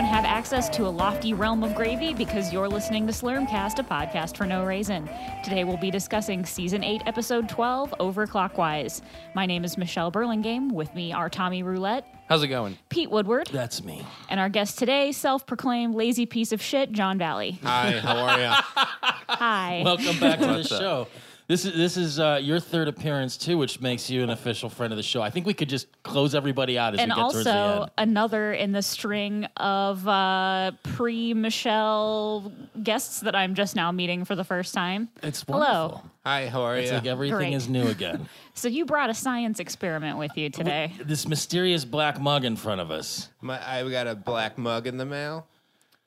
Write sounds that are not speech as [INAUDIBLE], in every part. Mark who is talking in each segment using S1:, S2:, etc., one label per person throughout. S1: access to a lofty realm of gravy because you're listening to Slurmcast, a podcast for no reason. Today we'll be discussing Season 8, Episode 12, Overclockwise. My name is Michelle Burlingame. With me are Tommy Roulette,
S2: How's it going?
S1: Pete Woodward,
S2: That's me.
S1: and our guest today, self proclaimed lazy piece of shit, John Valley.
S3: Hi, how are you?
S1: [LAUGHS] Hi.
S2: Welcome back to the
S3: What's up?
S2: show. This is this is uh, your third appearance too, which makes you an official friend of the show. I think we could just close everybody out as
S1: and
S2: we get towards the
S1: also
S2: end.
S1: another in the string of uh, pre Michelle guests that I'm just now meeting for the first time.
S2: It's
S1: Hello.
S2: wonderful.
S3: Hi, how are
S2: It's
S3: you?
S2: like everything
S1: Great.
S2: is new
S1: [LAUGHS]
S2: again.
S1: So you brought a science experiment with you today.
S2: this mysterious black mug in front of us.
S3: My, I got a black mug in the mail.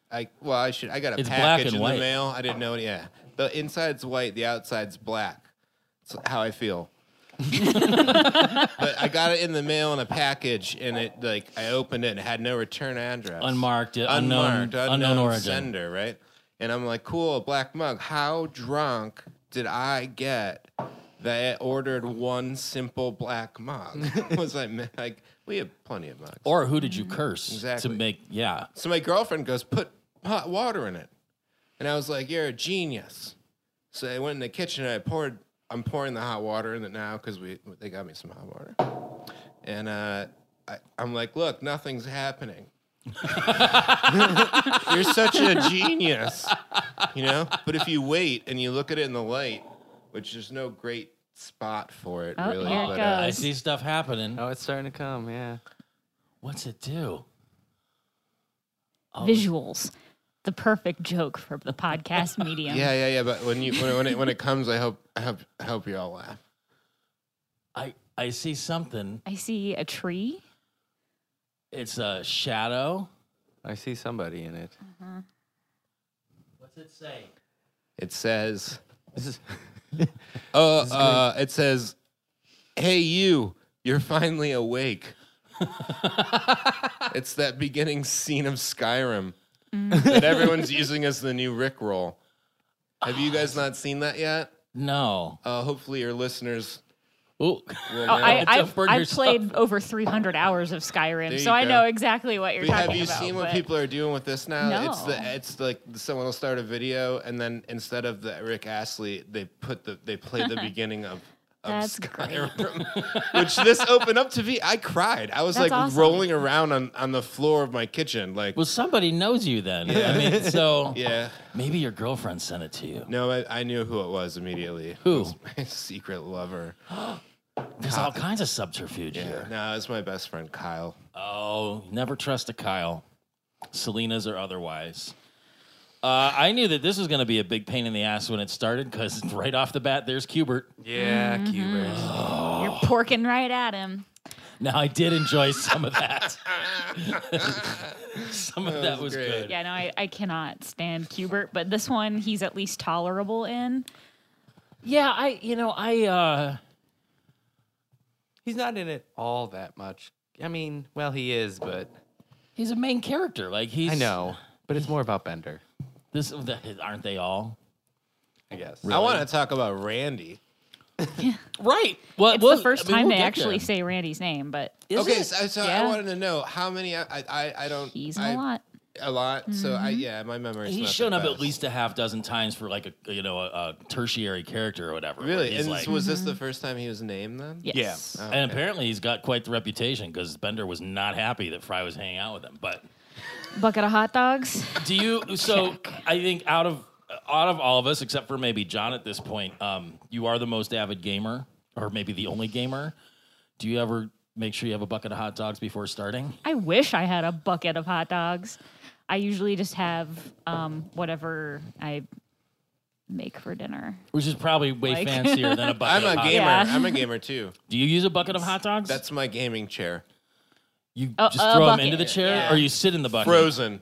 S3: I well, I should. I got a
S2: It's black
S3: package
S2: and
S3: in
S2: white.
S3: the mail. I didn't know. it- Yeah, the inside's white, the outside's black. That's how I feel. but I got it in the mail in a package, and it like I opened it and it had no return address,
S2: Unmarked, uh, unknown-
S3: unmarked, unknown,
S2: unknown origin.
S3: sender, right? And I'm like, cool, black mug. How drunk did I get that I ordered one simple black mug? [LAUGHS] was I ma- like, we have plenty of mugs.
S2: Or who did you curse
S3: Exactly.
S2: to make? Yeah,
S3: So my girlfriend goes, put hot water in it. And I was like, you're a genius. So I went in the kitchen and I poured, I'm pouring the hot water in it now because we they got me some hot water. And uh, I, I'm like, look, nothing's happening. [LAUGHS] you're such a genius, you know? But if you wait and you look at it in the light, which there's no great spot for it,
S1: Oh,
S3: really.
S1: here it
S3: but, uh,
S2: I
S1: Yes.
S2: see stuff happening.
S4: Oh, it's starting to come, yeah.
S2: What's it do?
S1: Visuals. The perfect joke for the podcast medium.
S3: yeah, yeah, yeah. But when you when, it- when it when it comes, I hope I hope I hope you all laugh.
S2: I I see something.
S1: I see a tree.
S2: It's a shadow.
S4: I see somebody in it.
S1: Mm-hmm.
S2: What's it say?
S3: It says
S4: This is
S3: Oh, uh, it says, "Hey, you, you're finally awake." it's that beginning scene of Skyrim
S1: Mm.
S3: that everyone's using as the new Rickroll. Have you guys not seen that yet?
S2: No.
S3: Uh, hopefully, your listeners
S2: Ooh.
S3: will know.
S1: Oh, I,
S2: Don't
S1: I've,
S2: burn
S1: I've
S2: yourself.
S1: played over 300 hours of Skyrim,
S3: There
S1: so
S3: you
S1: I
S3: go.
S1: know exactly what you're
S3: But
S1: talking
S3: have you
S1: about.
S3: seen what
S1: but-
S3: people are doing with this now? It's
S1: No.
S3: the it's like someone will start a video and then instead of the Rick Astley, they put the they play
S1: [LAUGHS]
S3: the beginning of. Of
S1: That's
S3: Skyrim, [LAUGHS] which this opened up to me. I cried. I was
S1: That's
S3: like
S1: awesome.
S3: rolling around on, on the floor of my kitchen. Like,
S2: Well, somebody knows you then. I mean, so
S3: yeah,
S2: maybe your girlfriend sent it to you.
S3: no, I, I knew who it was immediately.
S2: Who?
S3: It was my [LAUGHS] secret lover.
S2: There's all kinds of subterfuge here.
S3: No, it's my best friend Kyle.
S2: Oh, never trust a Kyle, Selena's or otherwise. Uh, I knew that this was going to be a big pain in the ass when it started because [LAUGHS] right off the bat, there's Cubert.
S4: yeah, Cubert.
S1: You're porking right at him.
S2: Now, I did enjoy some of that. [LAUGHS] some of that, was,
S3: great.
S2: good.
S1: Yeah, no, I, I cannot stand Cubert, but this one he's at least tolerable in.
S2: Yeah, I, you know, I, uh,
S4: He's not in it all that much. I mean, well, he is, but
S2: he's a main character. Like, he's.
S4: I know. But it's more about Bender,
S2: This, aren't they all?
S4: I guess.
S3: I want to talk about Randy.
S2: Right. Well,
S1: It's
S2: well,
S1: the first
S2: I mean,
S1: time
S2: we'll
S1: they
S2: get
S1: actually
S2: there.
S1: say Randy's name, but
S2: Is
S3: okay,
S2: it?
S3: so, so
S1: Yeah.
S3: I wanted to know how many. I I, I don't.
S1: he's in
S3: I,
S1: a lot.
S3: A lot. So I yeah, my memory.
S2: He's shown up at least a half dozen times for like a you know a, a tertiary character or whatever. where
S3: Really?
S2: he's
S3: And
S2: like- "Mm-hmm."
S3: was this the first time he was named then?
S1: Yes.
S3: Oh,
S2: and
S3: okay.
S2: apparently he's got quite the reputation because Bender was not happy that Fry was hanging out with him. But
S1: Bucket of hot dogs.
S3: [LAUGHS]
S2: do you? So I think out of out of all of us, except for maybe John at this point, um, you are the most avid gamer, or maybe the only gamer. Do you ever make sure you have a bucket of hot dogs before starting?
S1: I wish I had a bucket of hot dogs. I usually just have um, whatever I make for dinner.
S2: Which is probably way
S1: Like- [LAUGHS]
S2: fancier than a bucket.
S3: I'm
S2: of
S3: a
S2: hot
S3: gamer.
S2: Dogs.
S1: Yeah.
S2: [LAUGHS]
S3: I'm a gamer too.
S2: Do you use a bucket of hot dogs?
S3: That's my gaming chair.
S2: you
S1: Oh, A-
S2: just
S1: a
S2: throw them
S1: bucket,
S2: into the chair,
S1: yeah.
S2: or you sit in the bucket.
S3: Frozen.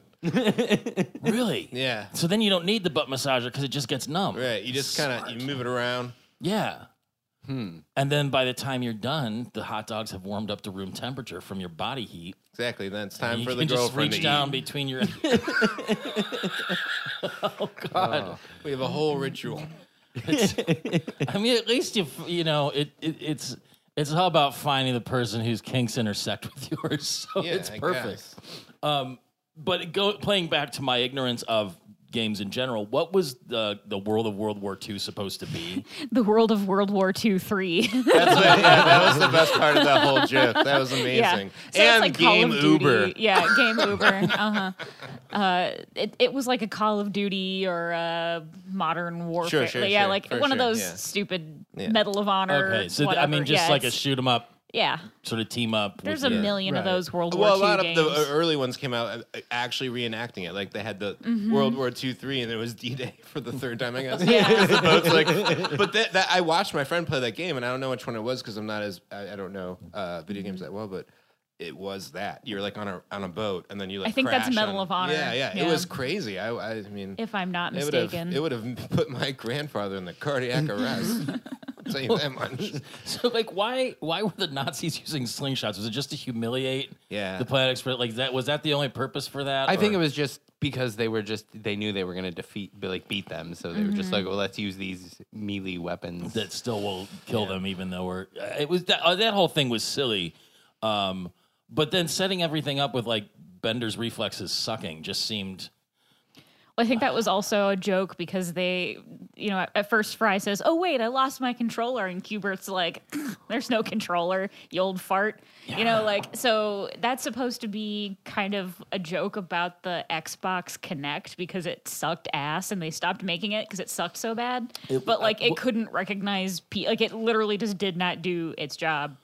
S2: Really?
S3: Yeah.
S2: So then you don't need the butt massager because it just gets numb.
S3: Right. You just kind of you move it around.
S2: Yeah. Hmm. And then by the time you're done, the hot dogs have warmed up to room temperature from your body heat.
S3: Exactly. Then it's time
S2: you
S3: for the
S2: can just
S3: girlfriend
S2: reach
S3: to
S2: down
S3: eat. [LAUGHS]
S2: between your. [LAUGHS]
S3: We have a whole
S2: [LAUGHS]
S3: ritual.
S2: I mean, at least you you know it, it it's it's all about finding the person whose kinks intersect with [LAUGHS] yours. So
S3: Yeah,
S2: it's
S3: I
S2: perfect.
S3: guess.
S2: Um, but go, playing back to my ignorance of games in general, what was the the world of World War II supposed to be?
S1: The world of World War II [LAUGHS] 3.
S3: That's what, yeah, that was the best part of that whole gif. That
S2: [LAUGHS]
S3: was amazing.
S1: So
S3: and
S1: it's like
S3: game
S1: Call of
S3: Uber.
S1: Duty. Yeah, game Uber. [LAUGHS] Uh-huh. Uh It it was like a Call of Duty or a Modern Warfare.
S3: sure,
S1: yeah,
S3: sure,
S1: like
S3: for
S1: one of
S3: sure,
S1: those
S3: yeah.
S1: stupid
S3: Yeah.
S1: Medal of Honor.
S2: Okay, so th- I
S1: whatever.
S2: mean, just
S1: yeah,
S2: like a
S1: it's-
S2: shoot 'em up,
S1: yeah. sort
S2: sort of team up. with
S1: There's a
S2: the-
S1: million of
S4: Right.
S1: those World
S3: well, a
S1: War
S3: lot
S1: II games.
S3: of the uh, er early ones came out uh, actually reenacting it. Like they had the World War II, three, and it was D Day [LAUGHS] for the third time. I guess.
S1: Mm-hmm. Yeah.
S3: The boat's like, but that, that I watched my friend play that game, and I don't know which one it was because I'm not as I, I don't know uh, video
S1: Mm-hmm.
S3: games that well, but. It was that you're like on a on a boat, and then you like.
S1: I think that's
S3: crash
S1: Medal
S3: on-
S1: of Honor.
S3: Yeah, yeah,
S1: Yeah.
S3: It was crazy. I, I mean,
S1: if I'm not
S3: it would have
S1: mistaken.
S3: it would have [LAUGHS] put my grandfather in the cardiac
S1: [LAUGHS]
S3: arrest. I'll tell you that much.
S2: So like, why why were the Nazis [LAUGHS] using slingshots? Was it just to humiliate?
S3: Yeah.
S2: the planet express. Like that was that the only purpose for that?
S4: I think
S2: or-
S4: it was just because they were just they knew they were going to defeat be- like beat them, so they were just like, well, let's use these melee weapons.
S2: that still will kill them, even though we're. It was that uh, that whole thing was silly, um, but then setting everything up with like Bender's reflexes sucking just seemed.
S1: Well, I think that was also a joke because they, you know, at, at first Fry says, "Oh wait, I lost my controller," and Cubert's like, [LAUGHS] "There's no controller, you old fart." You know, like so that's supposed to be kind of a joke about the Xbox Connect because it sucked ass and they stopped making it because it sucked so bad. but like it couldn't recognize, pe- like it literally just did not do its job.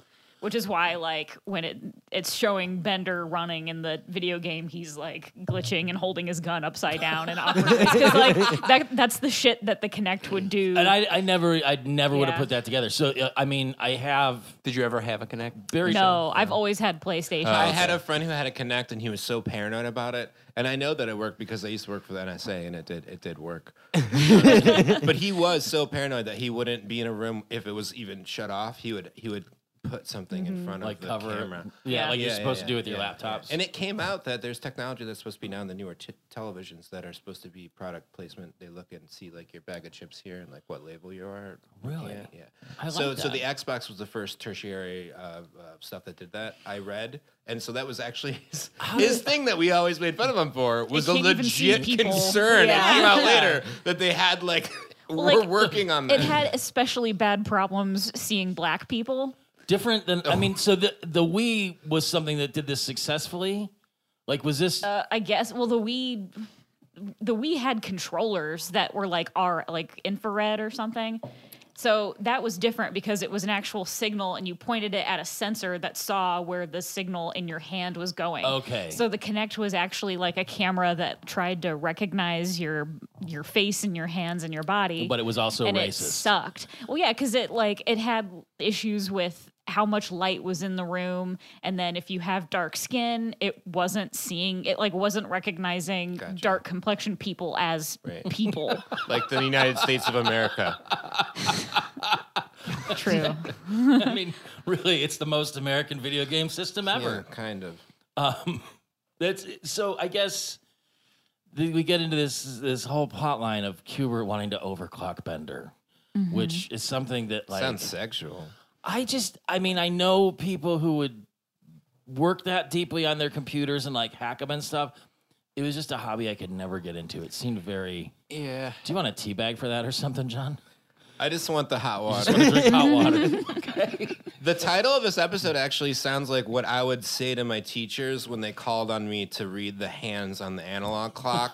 S1: Which is why, like, when it it's showing Bender running in the video game, he's like glitching and holding his gun upside down and awkwardly. 'Cause, like that, that's the shit that the Connect would do.
S2: And I, I never, I never would have
S1: Yeah.
S2: put that together. So uh, I mean, I have
S4: Did you ever have a connect?
S2: very
S1: no, I've always had PlayStation.
S2: Oh,
S3: I had a friend who had a connect and he was so paranoid about it. And I know that it worked because I used to work for the NSA and it did it did
S2: [LAUGHS]
S3: work. but he was so paranoid that he wouldn't be in a room if it was even shut off. He would he would put something in front
S2: like
S3: of the
S2: cover.
S3: camera.
S2: Yeah,
S1: Yeah.
S2: like you're
S3: Yeah,
S2: supposed
S3: yeah,
S2: to do with your
S3: yeah,
S2: laptops.
S3: And it came out that there's technology that's supposed to be now in the newer t- televisions that are supposed to be product placement. They look and see like your bag of chips here and like what label you are.
S2: Really?
S3: Yeah. yeah.
S2: I
S3: so
S2: like
S3: so the
S2: that.
S3: Xbox was the first tertiary uh, uh, stuff that did that. I read, and so that was actually [LAUGHS] his, his thing that we always made fun of him for was a
S1: can't even see
S3: legit
S1: people.
S3: concern.
S1: Yeah.
S3: It came out later that they had like [LAUGHS]
S1: Well,
S3: we're
S1: like,
S3: working on
S1: It
S3: that.
S1: had especially bad problems seeing black people.
S2: different than I mean. So the the Wii was something that did this successfully. Like was this?
S1: Uh, I guess. Well, the Wii, the Wii had controllers that were like R, like infrared or something. So that was different because it was an actual signal, and you pointed it at a sensor that saw where the signal in your hand was going.
S2: Okay.
S1: So the Kinect was actually like a camera that tried to recognize your your face and your hands and your body
S2: but it was also
S1: and it
S2: racist.
S1: sucked. Well, yeah, because it like it had issues with how much light was in the room, and then if you have dark skin, it wasn't seeing it like wasn't recognizing dark complexion people as
S3: Right.
S1: people.
S3: like the United States of America. [LAUGHS]
S1: True.
S2: [LAUGHS] I mean, really, it's the most American video game system
S3: Yeah,
S2: ever.
S3: kind of.
S2: That's so. I guess the, we get into this this whole plot line of Kubert wanting to overclock Bender, which is something that like
S3: Sounds sexual.
S2: I just. I mean, I know people who would work that deeply on their computers and like hack them and stuff. It was just a hobby I could never get into. It seemed very.
S4: Yeah.
S2: Do you want a tea bag for that or something, John?
S3: [LAUGHS] I just want the hot [LAUGHS] water.
S2: Drink
S3: [LAUGHS]
S2: hot water.
S3: The title of this episode actually sounds like what I would say to my teachers when they called on me to read the hands on the analog
S2: [LAUGHS]
S3: clock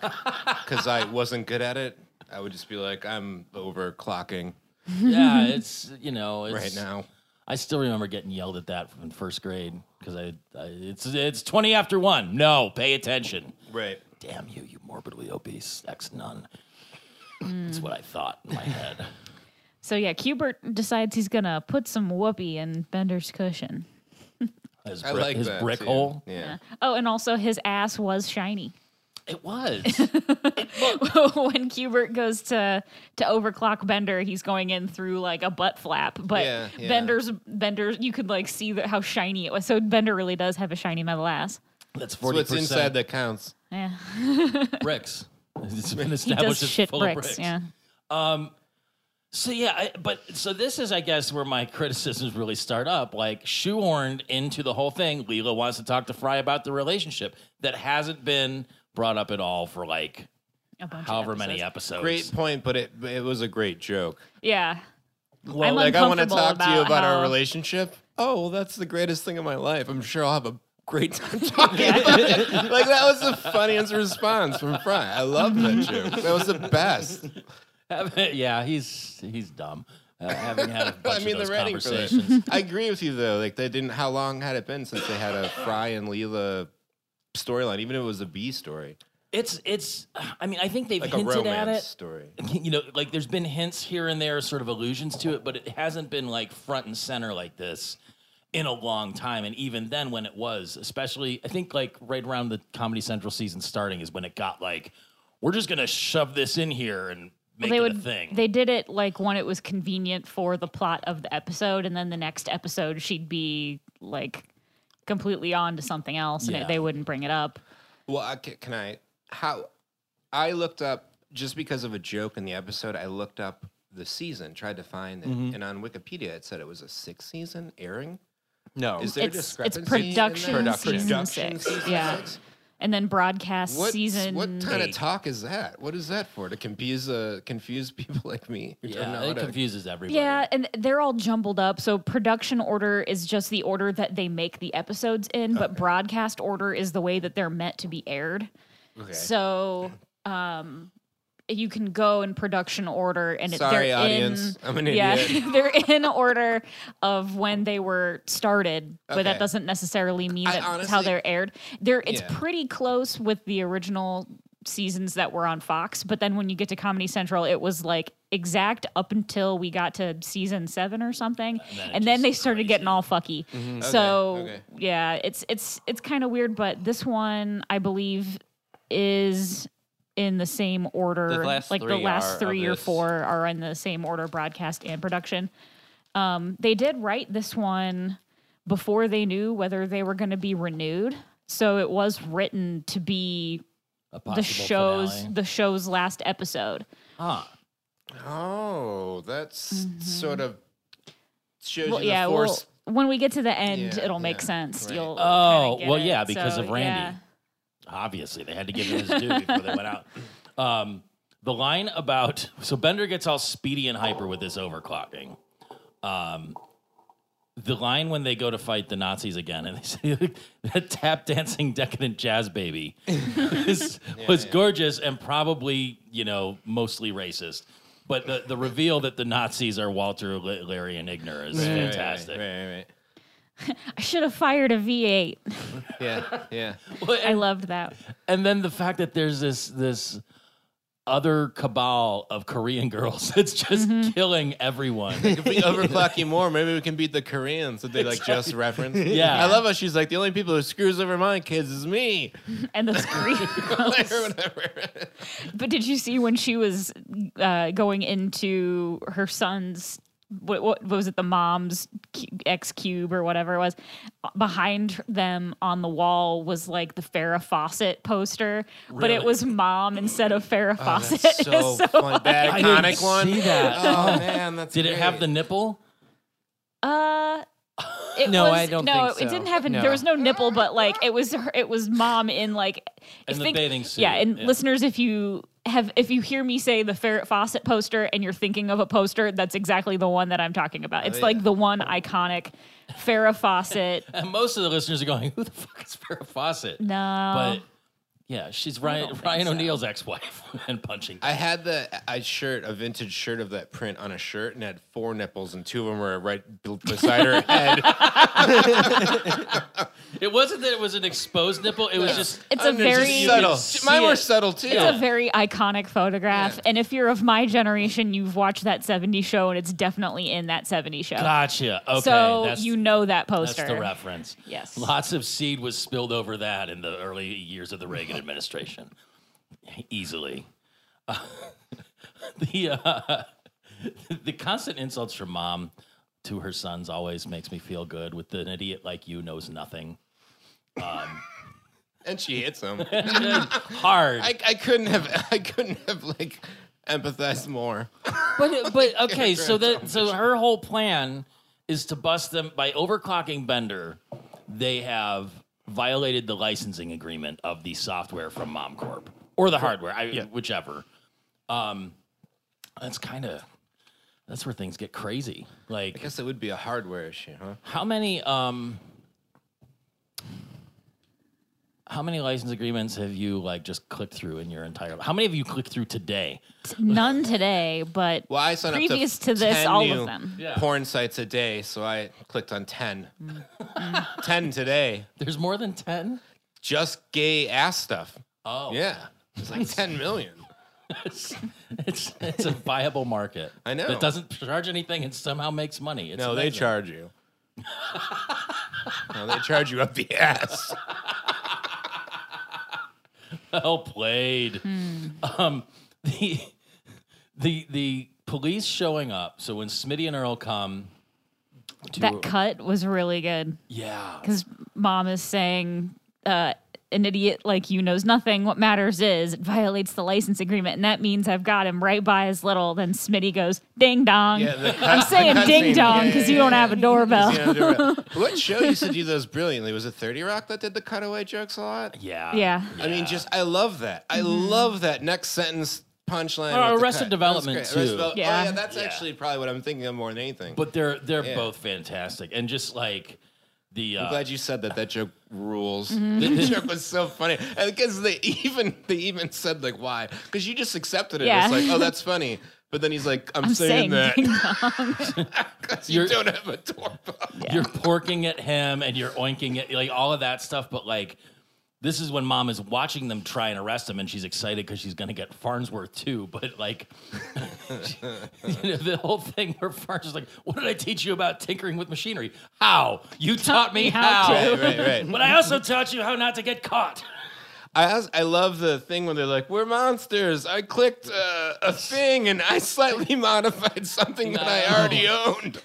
S3: because I wasn't good at it. I would just be like, I'm overclocking
S2: yeah, it's you know it's,
S3: right now.
S2: I still remember getting yelled at that in first grade because I, I it's it's twenty after one. No, pay attention.
S3: Right.
S2: Damn you, you morbidly obese ex nun. That's what I thought in my head.
S1: so yeah, Cubert decides he's gonna put some whoopee in Bender's cushion.
S2: His,
S3: I
S2: brick-
S3: like
S2: his
S3: that,
S2: brick
S3: too.
S2: hole.
S3: Yeah.
S1: Oh, and also his ass was shiny.
S2: It was. It
S1: [LAUGHS]
S2: looked-
S1: when Cubert goes to to overclock Bender, he's going in through like a butt flap. But
S3: Yeah, yeah.
S1: Bender's Bender's you could like see that how shiny it was. So Bender really does have a shiny metal ass.
S2: that's
S3: It's
S2: forty
S3: what's inside
S2: percent
S3: that counts.
S1: Yeah,
S2: bricks. [LAUGHS] It's been
S1: he
S2: established
S1: does
S2: it's
S1: shit
S2: full
S1: bricks,
S2: of bricks.
S1: Yeah,
S2: So yeah, I, but so this is, I guess, where my criticisms really start up. Like shoehorned into the whole thing, Leela wants to talk to Fry about the relationship that hasn't been brought up at all for like
S1: A bunch of
S2: however many
S1: episodes.
S2: episodes.
S3: Great point, but it it was a great joke.
S1: Yeah.
S2: Well,
S1: I'm
S3: like I want to
S1: uncomfortable
S3: talk to you about
S1: how-
S3: our relationship. Oh, well, that's the greatest thing in my life. I'm sure I'll have a great time talking about it. Like that was the funniest response from Fry. I love that joke. That was the best.
S2: [LAUGHS] yeah, he's he's dumb. Uh,
S3: [LAUGHS]
S2: having had a bunch
S3: I mean, the
S2: of those
S3: writing for
S2: conversations.
S3: that. I agree with you though. Like they didn't. How long had it been since they had a Fry and Leela storyline? Even if it was a B story,
S2: It's it's. I mean, I think they've
S3: like a
S2: hinted at
S3: romance
S2: it. [LAUGHS]
S3: story.
S2: You know, like there's been hints here and there, sort of allusions to it, but it hasn't been like front and center like this in a long time. And even then, when it was, especially, I think like right around the Comedy Central season starting is when it got like, we're just gonna shove this in here and make
S1: They
S2: it
S1: would.
S2: a thing.
S1: They did it like when it was convenient for the plot of the episode, and then the next episode she'd be like completely on to something else, and
S2: Yeah.
S1: it, they wouldn't bring it up.
S3: Well, I, ca- can I? How? I looked up just because of a joke in the episode. I looked up the season, tried to find it,
S2: Mm-hmm.
S3: and on Wikipedia it said it was a sixth season airing.
S4: No.
S3: Is there a
S1: It's- it's
S3: discrepancy?
S1: production
S3: in that?
S1: season
S3: Production
S1: six, yeah. And then broadcast
S3: What
S1: season.
S3: what kind
S1: eight.
S3: of talk is that? What is that for? To confuse uh, confuse [LAUGHS] people like me? who don't know
S2: yeah,
S3: how
S2: it
S3: to-
S2: confuses everybody.
S1: Yeah, and they're all jumbled up. So production order is just the order that they make the episodes in, but broadcast order is the way that they're meant to be aired.
S3: Okay.
S1: So um you can go in production order and it,
S3: Sorry,
S1: they're
S3: audience.
S1: in
S3: I'm an
S1: yeah,
S3: idiot.
S1: [LAUGHS] they're in order of when they were started, but that
S3: Okay.
S1: doesn't necessarily mean
S3: I
S1: that's how
S3: honestly-
S1: they're aired. They're it's
S3: Yeah.
S1: pretty close with the original seasons that were on Fox, but then when you get to Comedy Central, it was like exact up until we got to season seven or something, and then,
S2: then it just
S1: they started getting all fucky. So
S3: Mm-hmm. okay.
S1: yeah, it's it's it's kind of weird, but this one I believe is in the same order
S4: The last
S1: like the
S4: three are
S1: last
S4: of
S1: three or
S4: this.
S1: four are in the same order broadcast and production um, they did write this one before they knew whether they were going to be renewed so it was written to be
S2: A
S1: the
S2: possible
S1: show's
S2: finale.
S1: the show's last episode
S2: Huh.
S3: Oh, that's sort of shows
S1: Mm-hmm. well,
S3: you the
S1: yeah well,
S3: force.
S1: when we get to the end
S3: Yeah,
S1: it'll make
S3: yeah,
S1: sense
S3: right.
S1: you'll
S2: Oh,
S1: kinda get
S2: well,
S1: it.
S2: yeah, because
S1: So,
S2: of Randy.
S1: yeah.
S2: Obviously, they had to give him his due before they went out. Um, the line about so Bender gets all speedy and hyper with this overclocking. Um, the line when they go to fight the Nazis again, and they say that tap dancing decadent jazz baby
S3: [LAUGHS]
S2: was, was gorgeous and probably you know mostly racist. But the, the reveal that the Nazis are Walter, L- Larry, and Igner is
S3: Right, right,
S2: fantastic.
S3: Right, right, right.
S1: i should have fired a v8
S3: Yeah, yeah.
S2: Well,
S1: i loved that
S2: and then the fact that there's this this other cabal of Korean girls [LAUGHS] that's just
S1: Mm-hmm.
S2: killing
S1: [LAUGHS]
S2: everyone.
S3: If we overclock [LAUGHS] you more, maybe we can beat the Koreans that they like just [LAUGHS] reference.
S2: Yeah.
S3: I love how she's like the only people who screws over my kids is me. [LAUGHS]
S2: [LAUGHS]
S1: and the screen
S3: Like, or whatever.
S1: But did you see when she was uh, going into her son's? What, what was it? The mom's cu- X cube or whatever it was. Behind them on the wall was like the Farrah Fawcett poster, but it
S2: Really?
S1: was mom instead of Farrah Fawcett. [LAUGHS]
S3: Oh, That's so,
S2: [LAUGHS]
S3: funny. That
S2: I
S3: iconic
S2: didn't
S3: one.
S2: see that.
S3: Oh man, [LAUGHS] that's
S2: Did it have the
S3: great.
S2: nipple?
S1: Uh, it
S4: No,
S1: was,
S4: I don't
S1: no,
S4: think
S1: it
S4: so.
S1: didn't have a,
S4: No.
S1: there was no nipple, but like it was her, it was mom in like I
S2: In the bathing suit,
S1: Yeah, and
S2: yeah.
S1: listeners, if you have if you hear me say the Ferret Fawcett poster and you're thinking of a poster, that's exactly the one that I'm talking
S2: Oh,
S1: about. It's like the one iconic Farrah Fawcett.
S2: [LAUGHS] And most of the listeners are going, "Who the fuck is Farrah Fawcett?"
S1: No,
S2: But yeah, she's Ryan
S1: don't think
S2: Ryan
S1: so.
S2: O'Neill's ex-wife [LAUGHS] and punching.
S3: I had the a shirt, a vintage shirt of that print on a shirt, and it had four nipples, and two of them were right b- beside
S2: [LAUGHS]
S3: her head.
S2: It wasn't that it was an exposed nipple. It was just
S1: it's a very
S2: you
S3: subtle.
S2: can see
S3: Mine were
S2: it.
S3: subtle too.
S1: It's a very iconic photograph, and if you're of my generation, you've watched that '70s show, and it's definitely in that '70s show.
S2: gotcha. Okay,
S1: so
S2: that's,
S1: you know that poster.
S2: that's the reference.
S1: Yes.
S2: Lots of seed was spilled over that in the early years of the Reagan administration. Easily. [LAUGHS] the uh, [LAUGHS] the constant insults from mom to her sons always makes me feel good with an idiot like you knows nothing.
S3: and she hits him.
S2: Hard. [LAUGHS]
S3: [LAUGHS] I, I couldn't have I couldn't have like empathize more.
S2: But uh,
S3: [LAUGHS]
S2: but okay, so
S3: Grand
S2: that so her whole plan is to bust them by overclocking Bender. They have violated the licensing agreement of the software from MomCorp or the hardware, I, whichever. Um, that's kind of that's where things get crazy.
S3: I
S2: Like
S3: guess it would be a hardware issue, huh?
S2: how many um how many license agreements have you like just clicked through in your entire How many have you clicked through today?
S1: [LAUGHS] None today, but
S3: Well, I signed
S1: previous
S3: up
S1: to, this,
S3: 10
S1: all
S3: new
S1: of them.
S2: Yeah.
S3: porn sites a day, so I clicked on 10.
S1: Mm.
S3: [LAUGHS] 10 today.
S2: There's more than 10?
S3: Just gay ass stuff.
S2: Oh.
S3: Yeah. It's like 10 million.
S2: it's [LAUGHS] it's it's a viable market.
S3: I know.
S2: That doesn't charge anything and somehow makes money. It's
S3: No, they
S2: amazing.
S3: charge you. no, they charge you up the [LAUGHS] ass.
S2: Well played. Um, the the the police showing up. So when Smitty and Earl come, to,
S1: That cut was really good
S2: yeah,
S1: because mom is saying, uh, an idiot like you knows nothing. What matters is it violates the license agreement, and that means I've got him right by his little. Then Smitty goes, ding dong.
S3: Yeah, the cut-
S1: I'm
S3: the
S1: saying
S3: cut
S1: ding
S3: scene.
S1: dong
S3: Yeah,
S1: because
S3: yeah,
S1: you don't
S3: yeah,
S1: have a
S3: yeah.
S1: doorbell.
S3: You know, they're-
S1: [LAUGHS]
S3: what show used to do those brilliantly? Was it 30 Rock that did the cutaway jokes a lot?
S2: yeah,
S1: yeah.
S3: I mean, just I love that. I love that next sentence punchline.
S2: Or
S3: with the
S2: Arrested
S3: cut.
S2: Development,
S3: That's great. Arrested
S2: too.
S3: Develop-
S1: Yeah.
S3: Oh, yeah, that's
S2: Yeah.
S3: actually probably what I'm thinking of more than anything.
S2: But they're they're
S3: Yeah.
S2: both fantastic and just like the
S3: I'm
S2: uh,
S3: glad you said that. That joke rules. [LAUGHS] That joke was so funny, and because they even they even said like why? Because you just accepted it.
S1: Yeah.
S3: It's like oh that's funny, but then he's like I'm,
S1: I'm saying,
S3: saying, that
S1: ding dong.
S3: [LAUGHS] 'cause you
S2: You're-
S3: don't have a doorbell.
S2: you're porking at him and you're oinking at like all of that stuff, but like. This is when mom is watching them try and arrest him, and she's excited because she's going to get Farnsworth too. But like, [LAUGHS] you know, the whole thing where Farnsworth's like, "What did I teach you about tinkering with machinery? How you taught me
S1: how
S2: how,
S1: to."
S3: Right, right, right.
S2: but I also taught you how not to get caught."
S3: I als- I love the thing when they're like we're monsters. I clicked uh, a thing and I slightly [LAUGHS] modified something that I already owned.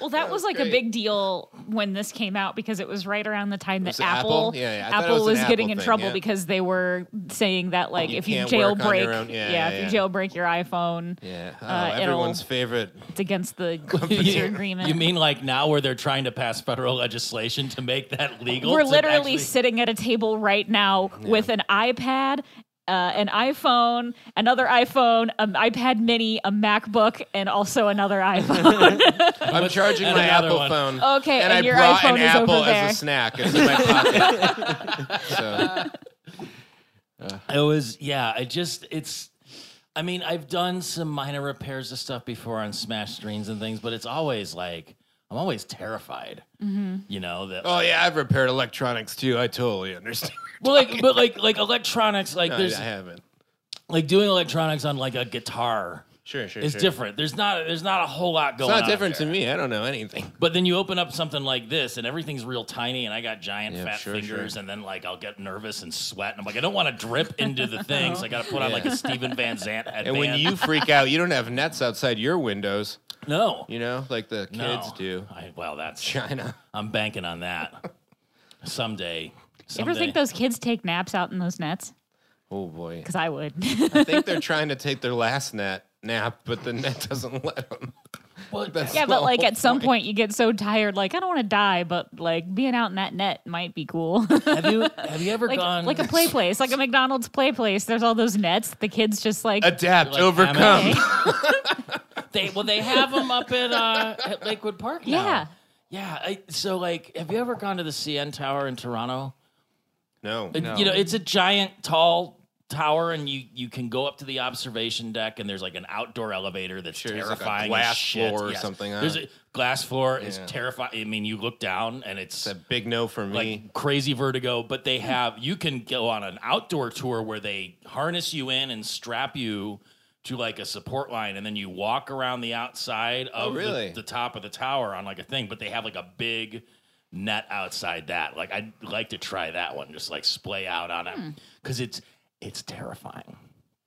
S1: Well, that was like a
S3: great.
S1: big deal when this came out because it was right around the time that
S3: it
S1: Apple
S3: Apple? Yeah, yeah, I thought it
S1: Apple
S3: was an
S1: was, getting
S3: Apple
S1: in
S3: thing,
S1: trouble
S3: yeah.
S1: because they were saying that like
S3: You
S1: if you
S3: can't work on your
S1: jailbreak,
S3: own- yeah, yeah,
S1: if you
S3: yeah.
S1: jailbreak your iPhone,
S3: Yeah, oh,
S1: Uh, it'll-
S3: everyone's
S2: [LAUGHS]
S3: favorite.
S1: it's against
S3: [LAUGHS]
S1: the
S2: You-
S1: user agreement.
S2: You mean like now where they're trying to pass federal legislation to make that legal?
S1: we're
S2: to
S1: literally
S2: actually-
S1: sitting at a table right now with an iPad. Uh, an iPhone, another iPhone, an iPad Mini, a MacBook, and also
S3: [LAUGHS]
S1: another iPhone.
S3: I'm charging
S2: and
S3: my
S2: another
S3: Apple
S2: one.
S3: phone.
S1: Okay,
S3: and,
S1: and
S3: I
S1: your
S3: brought
S1: iPhone
S3: an
S1: is
S3: apple
S1: over there.
S3: as a snack.
S1: [LAUGHS]
S3: It's in my pocket. so,
S2: It was yeah. I just it's. I mean, I've done some minor repairs to stuff before on smash screens and things, but it's always like I'm always terrified. You know that.
S3: oh yeah, I've repaired electronics too. I totally understand. [LAUGHS]
S2: well, like, but like, like electronics, like
S3: No, I
S2: there's
S3: haven't.
S2: like doing electronics on like a guitar.
S3: Sure, sure.
S2: It's
S3: sure.
S2: different. There's not. There's not a whole lot going.
S3: It's not
S2: on
S3: different
S2: there.
S3: to me. I don't know anything.
S2: But then you open up something like this, and everything's real tiny, and I got giant
S3: Yeah,
S2: fat
S3: sure,
S2: fingers,
S3: sure.
S2: and then like I'll get nervous and sweat, and I'm like, I don't want to drip into the thing, so I got to put on like
S3: Yeah.
S2: a Steven Van Zandt headband.
S3: And when
S2: [LAUGHS]
S3: you freak out, you don't have nets outside your windows.
S2: no,
S3: You know, like the kids
S2: no.
S3: do.
S2: I, well, [LAUGHS] that's
S3: China.
S2: I'm banking on that someday.
S1: Ever
S2: someday.
S1: think those kids take naps out in those nets?
S3: Oh
S1: [LAUGHS]
S3: boy.
S1: Because I would.
S3: I think they're trying to take their last net nap, but the net doesn't [LAUGHS] let them.
S2: What-
S1: Yeah,
S3: [LAUGHS]
S1: but like at some
S3: point.
S1: point you get so tired, like I don't want to die, but like being out in that net might be cool. [LAUGHS] like
S2: have you have you ever gone
S1: [LAUGHS] like a play place, like a McDonald's play place. There's all those nets. The kids just like
S3: Adapt,
S2: Like,
S3: overcome.
S2: hammock. They well, they have them up at
S1: [LAUGHS]
S2: uh, at Lakewood Park. Now.
S1: Yeah.
S2: yeah. I, so like, have you ever gone to the CN Tower in Toronto?
S3: No.
S2: It- You know, it's a giant, tall tower, and you you can go up to the observation deck, and there's like an outdoor elevator that's
S3: Sure, there's like a
S2: terrifying. as
S3: glass
S2: shit.
S3: floor or
S2: Yes.
S3: something, huh?
S2: There's a glass floor is
S3: Yeah.
S2: terrifying. I mean, you look down, and it's.
S3: It's a big no for me.
S2: like crazy vertigo, but they have you can go on an outdoor tour where they harness you in and strap you to like a support line, and then you walk around the outside of the-
S3: Oh, really?
S2: the, top of the tower on like a thing. But they have like a big net outside that. Like I'd like to try that one, just like splay out on
S1: Hmm.
S2: it because it's it's terrifying.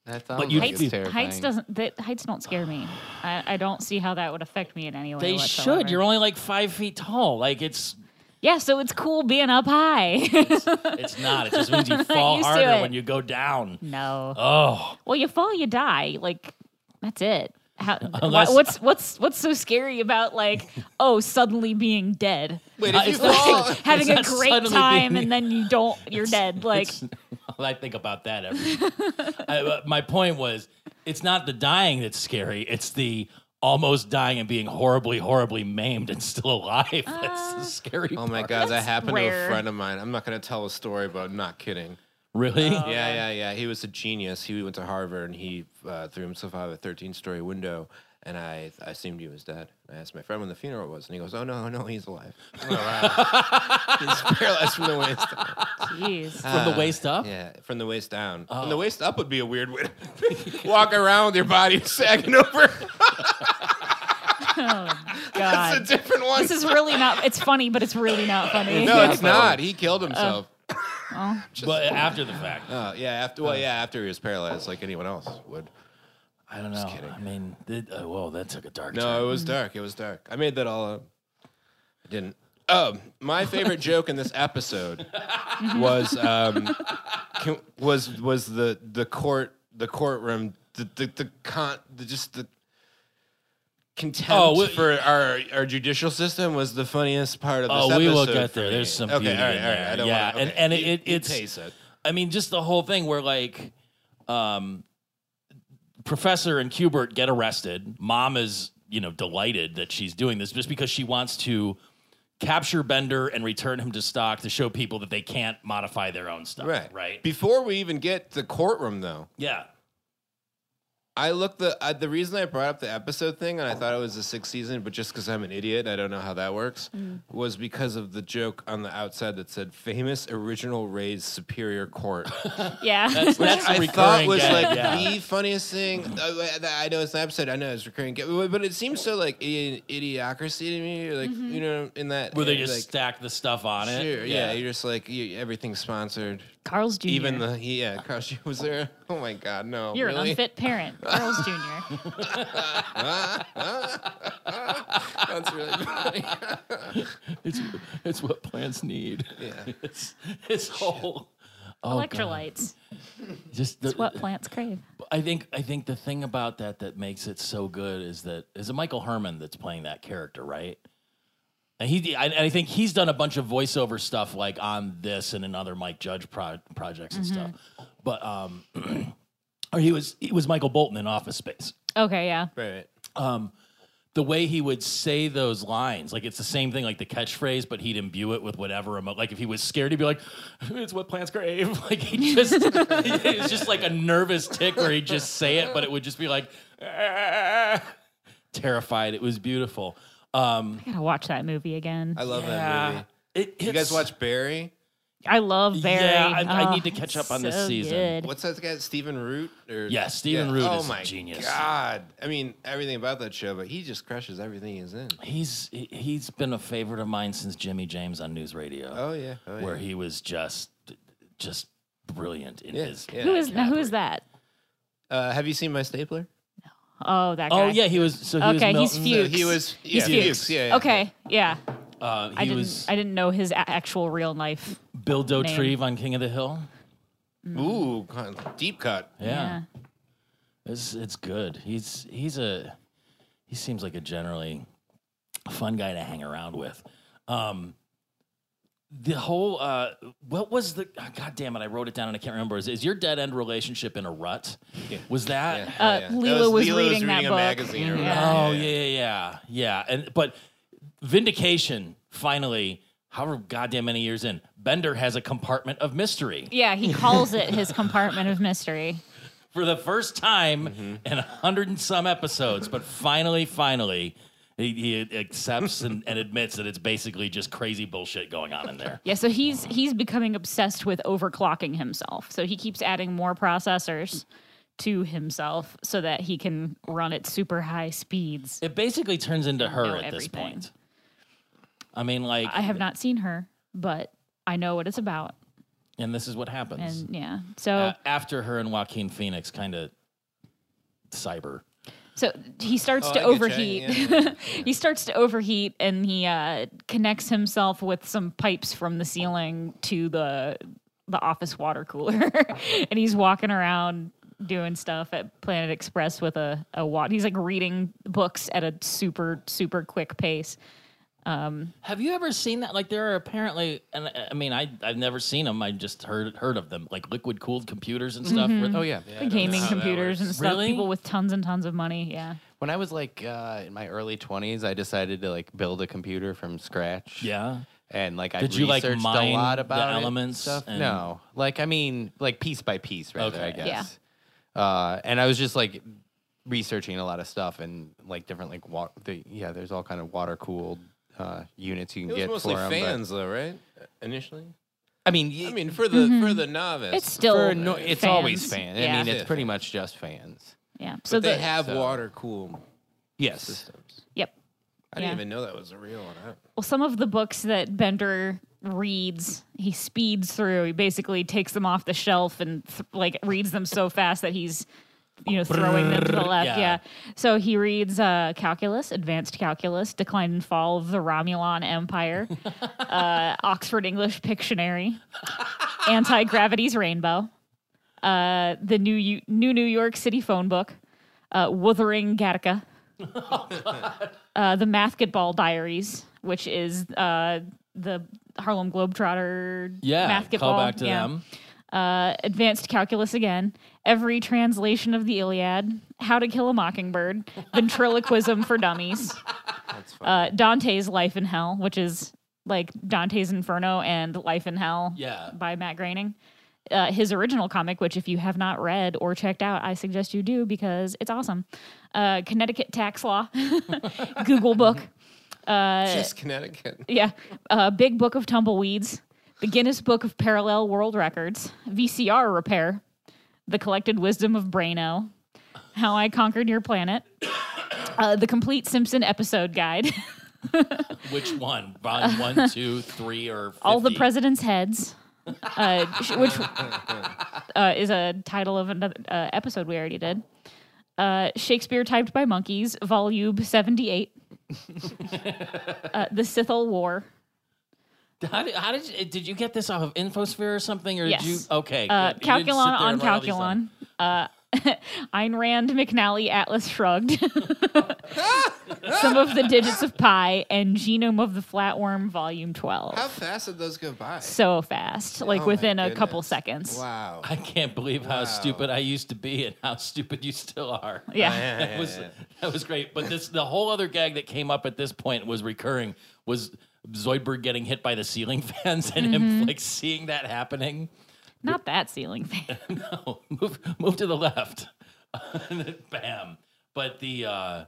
S4: That
S2: But
S4: sounds
S2: you-
S4: like
S1: heights.
S4: it's
S1: Heights
S4: terrifying.
S1: doesn't. That, heights don't scare me. I, I don't see how that would affect me in any way.
S2: They
S1: whatsoever.
S2: should. You're only like five feet tall. Like it's
S1: Yeah, so it's cool being up high. [LAUGHS]
S2: It's not. It just means you fall
S1: used to
S2: harder
S1: it.
S2: when you go down.
S1: no.
S2: Oh,
S1: Well, you fall, you die. Like that's it. How, wh-
S2: Unless-
S1: what's what's what's so scary about like oh suddenly being dead,
S3: Wait,
S2: Uh,
S3: if you
S2: it's
S3: fall,
S1: [LAUGHS] having a
S2: not
S1: great
S2: suddenly
S1: time,
S2: being-
S1: and then you don't, you're dead. Like
S2: it's- I think about that every. I, uh, my point was, it's not the dying that's scary. It's the almost dying and being horribly, horribly maimed and still alive. [LAUGHS] that's the scary.
S3: [LAUGHS] oh my
S2: part.
S3: god, that
S1: That's
S3: happened to
S1: rare.
S3: a friend of mine. I'm not gonna tell a story, but I'm not kidding.
S2: Really?
S3: Oh, Yeah, yeah, yeah. He was a genius. He went to Harvard and he uh, threw himself out of a 13 story window. And I, I assumed he was dead. I asked my friend when the funeral was, and he goes, "Oh no, no, he's alive. [LAUGHS] Oh, wow. [LAUGHS] he's paralyzed from the waist down.
S1: [LAUGHS] jeez,
S2: From the waist up.
S3: Yeah, from the waist down. From the waist up would be a weird way. to [LAUGHS] Walk around with your body [LAUGHS] sagging over. [LAUGHS] That's a
S1: God,
S3: different one.
S1: this is really not. It's funny, but it's really
S3: [LAUGHS]
S1: not funny.
S3: no, it's not. He killed
S1: Uh.
S3: himself.
S2: But after the fact,
S3: Uh, yeah, after
S2: Oh.
S3: well, yeah, after he was paralyzed, like anyone else would.
S2: I don't know.
S3: kidding.
S2: I mean, it, uh, whoa, that took a dark
S3: No,
S2: turn.
S3: it was dark. It was dark. I made that all up. I didn't. Um, my
S2: [LAUGHS]
S3: favorite joke in this episode was um, can, was was the the court the courtroom the the, the con the, just the contempt
S2: Oh, we-
S3: for our our judicial system was the funniest part of this
S2: Oh,
S3: episode.
S2: we will
S3: for
S2: get there.
S3: me.
S2: There's some
S3: okay,
S2: beauty
S3: all right,
S2: in
S3: all right.
S2: there.
S3: I don't
S2: yeah,
S3: wanna, okay.
S2: and and it,
S3: You-
S2: it,
S3: you
S2: it's
S3: pace it.
S2: I mean, just the whole thing where like, um, Professor and Cubert get arrested. Mom is you know delighted that she's doing this just because she wants to capture Bender and return him to stock to show people that they can't modify their own stuff.
S3: Right,
S2: Right.
S3: Before we even get to the courtroom, though,
S2: yeah.
S3: I looked the uh, the reason I brought up the episode thing and I thought it was the sixth season, but just because I'm an idiot, I don't know how that works,
S1: Mm.
S3: was because of the joke on the outside that said "famous original Ray's Superior [LAUGHS] Court,"
S1: [LAUGHS] Yeah,
S2: That's a
S3: I
S2: recurring
S3: thought was
S2: gag,
S3: like
S2: yeah.
S3: the funniest thing. Uh, I I know it's an episode, I know it's recurring, but it seems so like idi- idiocracy to me, like
S1: Mm-hmm.
S3: you know, in that
S2: where they just
S3: like,
S2: stack the stuff on it.
S3: sure, yeah, you're just like you, everything's sponsored.
S1: [LAUGHS] Carl's Jr.
S3: Even the yeah, Crouch was there. [LAUGHS] Oh my God, no!
S1: you're
S3: really? Oh,
S1: an unfit
S3: [LAUGHS]
S1: parent, Carl's Jr.
S3: That's really funny.
S2: It's it's what plants need.
S3: Yeah.
S2: [LAUGHS] It's it's whole. Oh, God.
S1: Electrolytes,
S2: Just the,
S1: what plants crave.
S2: I think I think the thing about that that makes it so good is that is it Michael Herman that's playing that character, right? And he, I, and I think he's done a bunch of voiceover stuff like on this and in other Mike Judge pro- projects and stuff. But um, [CLEARS THROAT] or he was he was Michael Bolton in Office Space.
S1: Okay, yeah,
S3: Right.
S2: The way he would say those lines, like it's the same thing, like the catchphrase, but he'd imbue it with whatever. Emo- like if he was scared, he'd be like, "It's what plants crave." [LAUGHS] Like he just, it was just like a nervous tick where he'd just say it, but it would just be like, "Ah," terrified. It was beautiful. Um,
S1: gotta watch that movie again.
S3: I love that movie.
S2: it,
S3: You guys watch Barry?
S1: I love Barry.
S2: Yeah, I- I
S1: Oh,
S2: need to catch up on this
S1: so
S2: season.
S1: good.
S3: What's that guy? Stephen Root? Or
S2: Yeah, Stephen Root
S3: Oh
S2: is a
S3: my
S2: genius.
S3: God, I mean everything about that show, but he just crushes everything he's in.
S2: He's he- he's been a favorite of mine since Jimmy James on News Radio,
S3: Oh yeah, oh,
S2: where
S3: yeah.
S2: he was just just brilliant in
S3: Yeah,
S2: his.
S3: yeah.
S1: Who is now? Who is that?
S3: Uh, have you seen my stapler?
S1: Oh, that guy.
S2: Oh yeah, he was. So he
S1: Okay,
S2: was
S1: he's
S2: Milton.
S1: Fuchs.
S3: he was. Yeah,
S1: He's Fuchs.
S3: Yeah, yeah.
S1: Okay. Yeah.
S2: Uh, he
S1: I didn't.
S2: was
S1: I didn't know his a- actual real
S2: [LAUGHS]
S1: life.
S2: Bill Dotrieve on King of the Hill.
S3: Ooh, con- deep cut.
S2: Yeah. It's it's good. He's he's a he seems like a generally fun guy to hang around with. Um the whole uh what was the oh, god damn it, I wrote it down and I can't remember. Is, is your dead end relationship in a rut? Was that
S3: Yeah,
S1: Uh,
S3: yeah.
S1: Lila
S3: That
S1: was
S3: Lila
S1: reading that
S3: a
S1: book.
S3: magazine. Or
S1: Mhm.
S3: whatever.
S2: Oh yeah, yeah, yeah, yeah. And but vindication finally, however goddamn many years in, Bender has a compartment of mystery
S1: Yeah. He calls it his compartment of mystery.
S2: for the first time in a hundred and some episodes. But finally, finally, he, he accepts and, and admits that it's basically just crazy bullshit going on in there.
S1: Yeah. So he's he's becoming obsessed with overclocking himself. So he keeps adding more processors to himself so that he can run at super high speeds.
S2: It basically turns into her
S1: Know
S2: at this
S1: everything.
S2: point. I mean, like,
S1: I have not seen her, but I know what it's about.
S2: and this is what happens
S1: And yeah. So
S2: Uh, after her and Joaquin Phoenix kind of cyber.
S1: So he starts
S3: Oh,
S1: to
S3: I get you.
S1: overheat. [LAUGHS] he starts to overheat, and he uh, connects himself with some pipes from the ceiling to the the office water cooler, [LAUGHS] and he's walking around doing stuff at Planet Express with a a watt. He's like reading books at a super super quick pace.
S2: Have you ever seen that? Like, there are apparently, and uh, I- I mean, I I've never seen them. I just heard heard of them, like liquid cooled computers and stuff.
S1: Mm-hmm.
S4: Oh yeah.
S1: gaming computers and stuff.
S2: Really?
S1: People with tons and tons of money. Yeah.
S4: When I was like uh, in my early twenties, I decided to like build a computer from scratch.
S2: yeah.
S4: And like I
S2: Did you, like,
S4: researched
S2: mine
S4: a lot
S2: the
S4: about it and
S2: elements
S4: stuff.
S2: and-
S4: No, like I mean, like piece by piece, rather. I
S2: Okay.
S1: Yeah.
S4: guess. Uh, and I was just like researching a lot of stuff and like different like wa- the, yeah, there's all kind of water cooled uh, units you can
S3: It was
S4: get
S3: mostly
S4: for 'em, but-
S3: fans, though, right? Initially,
S4: I mean, y-
S3: I mean, for the for the novice,
S1: Mm-hmm. It's still
S4: for no, it's always fan.
S1: fans. Yeah.
S4: I mean,
S3: Yeah.
S4: it's pretty much just fans.
S1: yeah. So
S3: but they
S1: the-
S3: have
S4: so-
S3: water cool
S4: Yes.
S3: systems.
S1: Yep.
S3: I didn't
S1: Yeah.
S3: even know that was a real one. I-
S1: Well, some of the books that Bender reads, he speeds through. He basically takes them off the shelf and th- like reads them so fast that he's you know throwing them to the left.
S2: Yeah.
S1: Yeah. So he reads uh, Calculus, Advanced Calculus, Decline and Fall of the Romulan Empire,
S2: [LAUGHS]
S1: uh, Oxford English Pictionary, Anti Gravity's Rainbow, uh, the new U- new New York City phone book, uh, Wuthering
S2: [LAUGHS]
S1: Gattaca
S2: Oh,
S1: uh, the Mathketball Diaries, which is uh, the Harlem Globetrotter.
S2: Yeah.
S1: Mathketball.
S2: Call back to
S1: yeah.
S2: them.
S1: Uh, advanced Calculus again. Every translation of the Iliad. How to Kill a Mockingbird. Ventriloquism for Dummies. Uh, Dante's Life in Hell, which is like Dante's Inferno and Life in Hell
S2: Yeah.
S1: by Matt Groening. Uh, his original comic, which if you have not read or checked out, I suggest you do because it's awesome. Uh, Connecticut tax law, [LAUGHS] Google book,
S3: Just Connecticut.
S1: yeah, uh, big book of tumbleweeds, the Guinness Book of Parallel World Records, VCR repair, the collected wisdom of Braino, how I conquered your planet, uh, the complete Simpson episode guide, [LAUGHS]
S2: Which one? Volume one, two, three, or 50?
S1: all the president's heads, uh, sh- which uh, is a title of another uh, episode we already did. Uh, Shakespeare typed by monkeys, volume seventy-eight. [LAUGHS] uh, the Sithal War.
S2: How did, how did you, did you get this off of Infosphere or something? Or
S1: Yes.
S2: did you? Okay.
S1: Uh,
S2: good. You didn't sit
S1: Calculon
S2: there
S1: on
S2: and write all these down.
S1: Calculon. Uh, [LAUGHS] Ayn Rand, McNally, Atlas
S3: [LAUGHS]
S1: Shrugged. Some of the digits of pi and genome of the flatworm, volume twelve.
S3: How fast did those go by?
S1: so fast, like
S3: Oh my
S1: within a couple
S3: goodness.
S1: seconds.
S3: Wow.
S2: I can't believe how stupid I used to be and how [LAUGHS] stupid you still are.
S1: Yeah,
S3: [LAUGHS]
S2: [LAUGHS] That was that was great. But this the whole other gag that came up at this point was recurring was Zoidberg getting hit by the ceiling fans and him
S1: Mm-hmm.
S2: like seeing that happening.
S1: not that ceiling
S3: [LAUGHS]
S1: fan.
S2: [LAUGHS] No, Oh, move move to the left. [LAUGHS] And then Bam. But the uh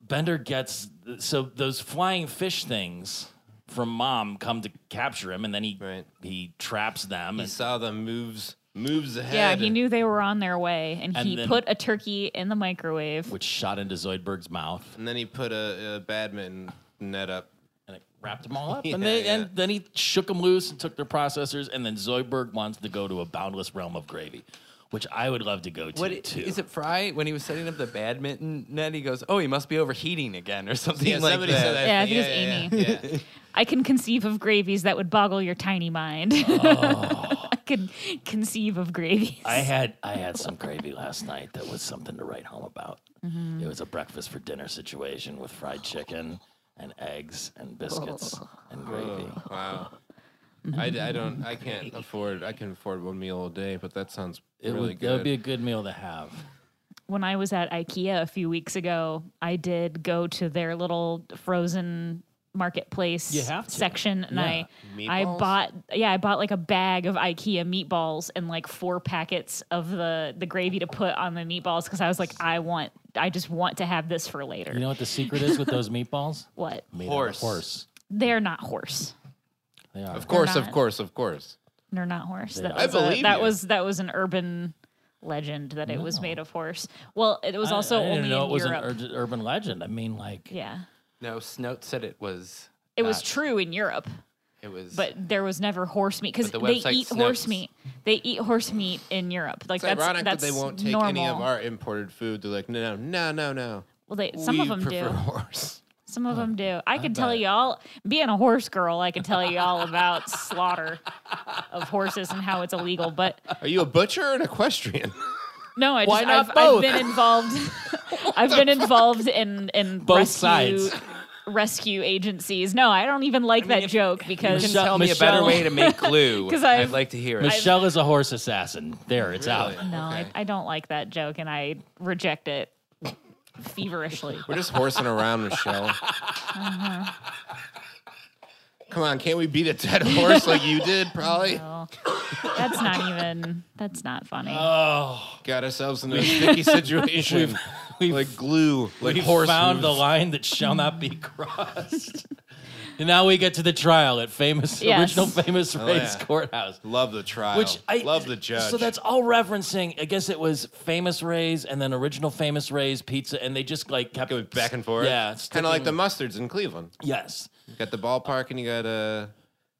S2: Bender gets so those flying fish things from mom come to capture him and then he
S3: Right.
S2: he traps them
S3: He
S2: and
S3: saw the moves moves ahead.
S1: Yeah, he knew they were on their way, and,
S2: And
S1: he
S2: then-
S1: put a turkey in the microwave.
S2: which shot into Zoidberg's mouth.
S3: And then he put a, a badminton net up.
S2: and it wrapped them all up.
S3: Yeah,
S2: and, they,
S3: yeah.
S2: and then he shook them loose and took their processors. And then Zoidberg wants to go to a boundless realm of gravy, which I would love to go to
S4: What i-
S2: too.
S4: is it? Fry when he was setting up the badminton net, he goes, "Oh, he must be overheating again" or something
S3: Yeah,
S4: like
S3: somebody
S4: that.
S3: said that.
S1: Yeah, I think it was
S3: Amy. [LAUGHS] Yeah.
S1: I can conceive of gravies that would boggle your tiny mind.
S2: Oh.
S1: [LAUGHS] I can conceive of gravies.
S2: I had I had some gravy last night that was something to write home about.
S1: Mm-hmm.
S2: It was a breakfast for dinner situation with fried chicken and eggs and biscuits
S1: Oh.
S2: and
S3: Oh,
S2: gravy.
S1: [LAUGHS]
S3: Wow. I, I don't. I can't afford. I can afford one meal a day, but that sounds
S2: It
S3: really
S2: would, that
S3: good.
S2: would be a good meal to have.
S1: when I was at IKEA a few weeks ago, I did go to their little frozen marketplace
S2: You have to.
S1: section and I
S3: Meatballs?
S1: I bought yeah, I bought like a bag of IKEA meatballs and like four packets of the the gravy to put on the meatballs cuz I was like I want I just want to have this for later.
S2: You know what the secret is with
S3: [LAUGHS]
S2: those meatballs?
S1: what?
S2: Made on a
S4: Horse.
S2: horse.
S1: They're not horse.
S2: They are.
S3: of course,
S1: not.
S3: of course, of course.
S1: They're not horse. That
S3: I
S1: was a-
S3: believe
S1: that
S3: you.
S1: was that was an urban legend that it was made of horse. Well, it was also
S2: I, I didn't
S1: only
S2: know
S1: in
S2: it was
S1: Europe.
S2: an ur- urban legend. I mean, like
S1: yeah.
S4: No, Snout said it was.
S1: It was
S4: not-
S1: true in Europe.
S4: It It was
S1: but there was never horse meat because
S4: But the
S1: they
S4: website
S1: eat
S4: snows.
S1: horse meat. They eat horse meat in Europe. Like
S3: It's
S1: that's
S3: ironic
S1: that's
S3: that they won't take
S1: normal.
S3: any of our imported food. They're like, no, no, no, no.
S1: Well, they, some
S3: we
S1: of them
S3: prefer [LAUGHS]
S1: do.
S3: horse.
S1: Some of them do. I can tell
S2: bet.
S1: you all, being a horse girl, I can tell you all about slaughter of horses and how it's illegal. But
S3: Are you a butcher or an equestrian?
S1: no, I just,
S2: Why not
S1: I've, I've
S2: both?
S1: been involved. I've been involved in in
S2: Both
S1: rescue,
S2: sides.
S1: rescue agencies. No, I don't even like that joke because
S4: Just tell me a better
S2: Michelle-
S4: way to make glue.
S1: uh, [LAUGHS] 'Cause
S4: I'd
S1: I've-
S4: like to hear it.
S2: Michelle is a horse assassin. There, it's out.
S3: Really?
S1: No,
S3: Okay.
S1: I, I don't like that joke, and I reject it feverishly.
S3: We're just horsing around, Michelle.
S2: Uh-huh.
S3: Come on, can't we beat a dead horse like you did? Probably
S1: No, that's not even. That's not funny.
S3: got ourselves in a
S2: [LAUGHS]
S3: sticky situation.
S2: we've-
S3: like glue, like
S2: We
S3: horse
S2: found the
S3: hooves.
S2: line that shall
S1: [LAUGHS]
S2: not be crossed. and now we get to the trial at famous
S1: Yes.
S2: original famous race
S3: Oh, yeah.
S2: courthouse.
S3: Love the trial.
S2: Which I
S3: love the judge.
S2: So that's all referencing. I guess it was famous Ray's and then original famous Ray's pizza, and they just like kept
S3: going back and forth.
S2: Yeah,
S3: kind of like the
S2: sticking-
S3: mustards in Cleveland.
S2: yes.
S3: You got the ballpark, and you got uh,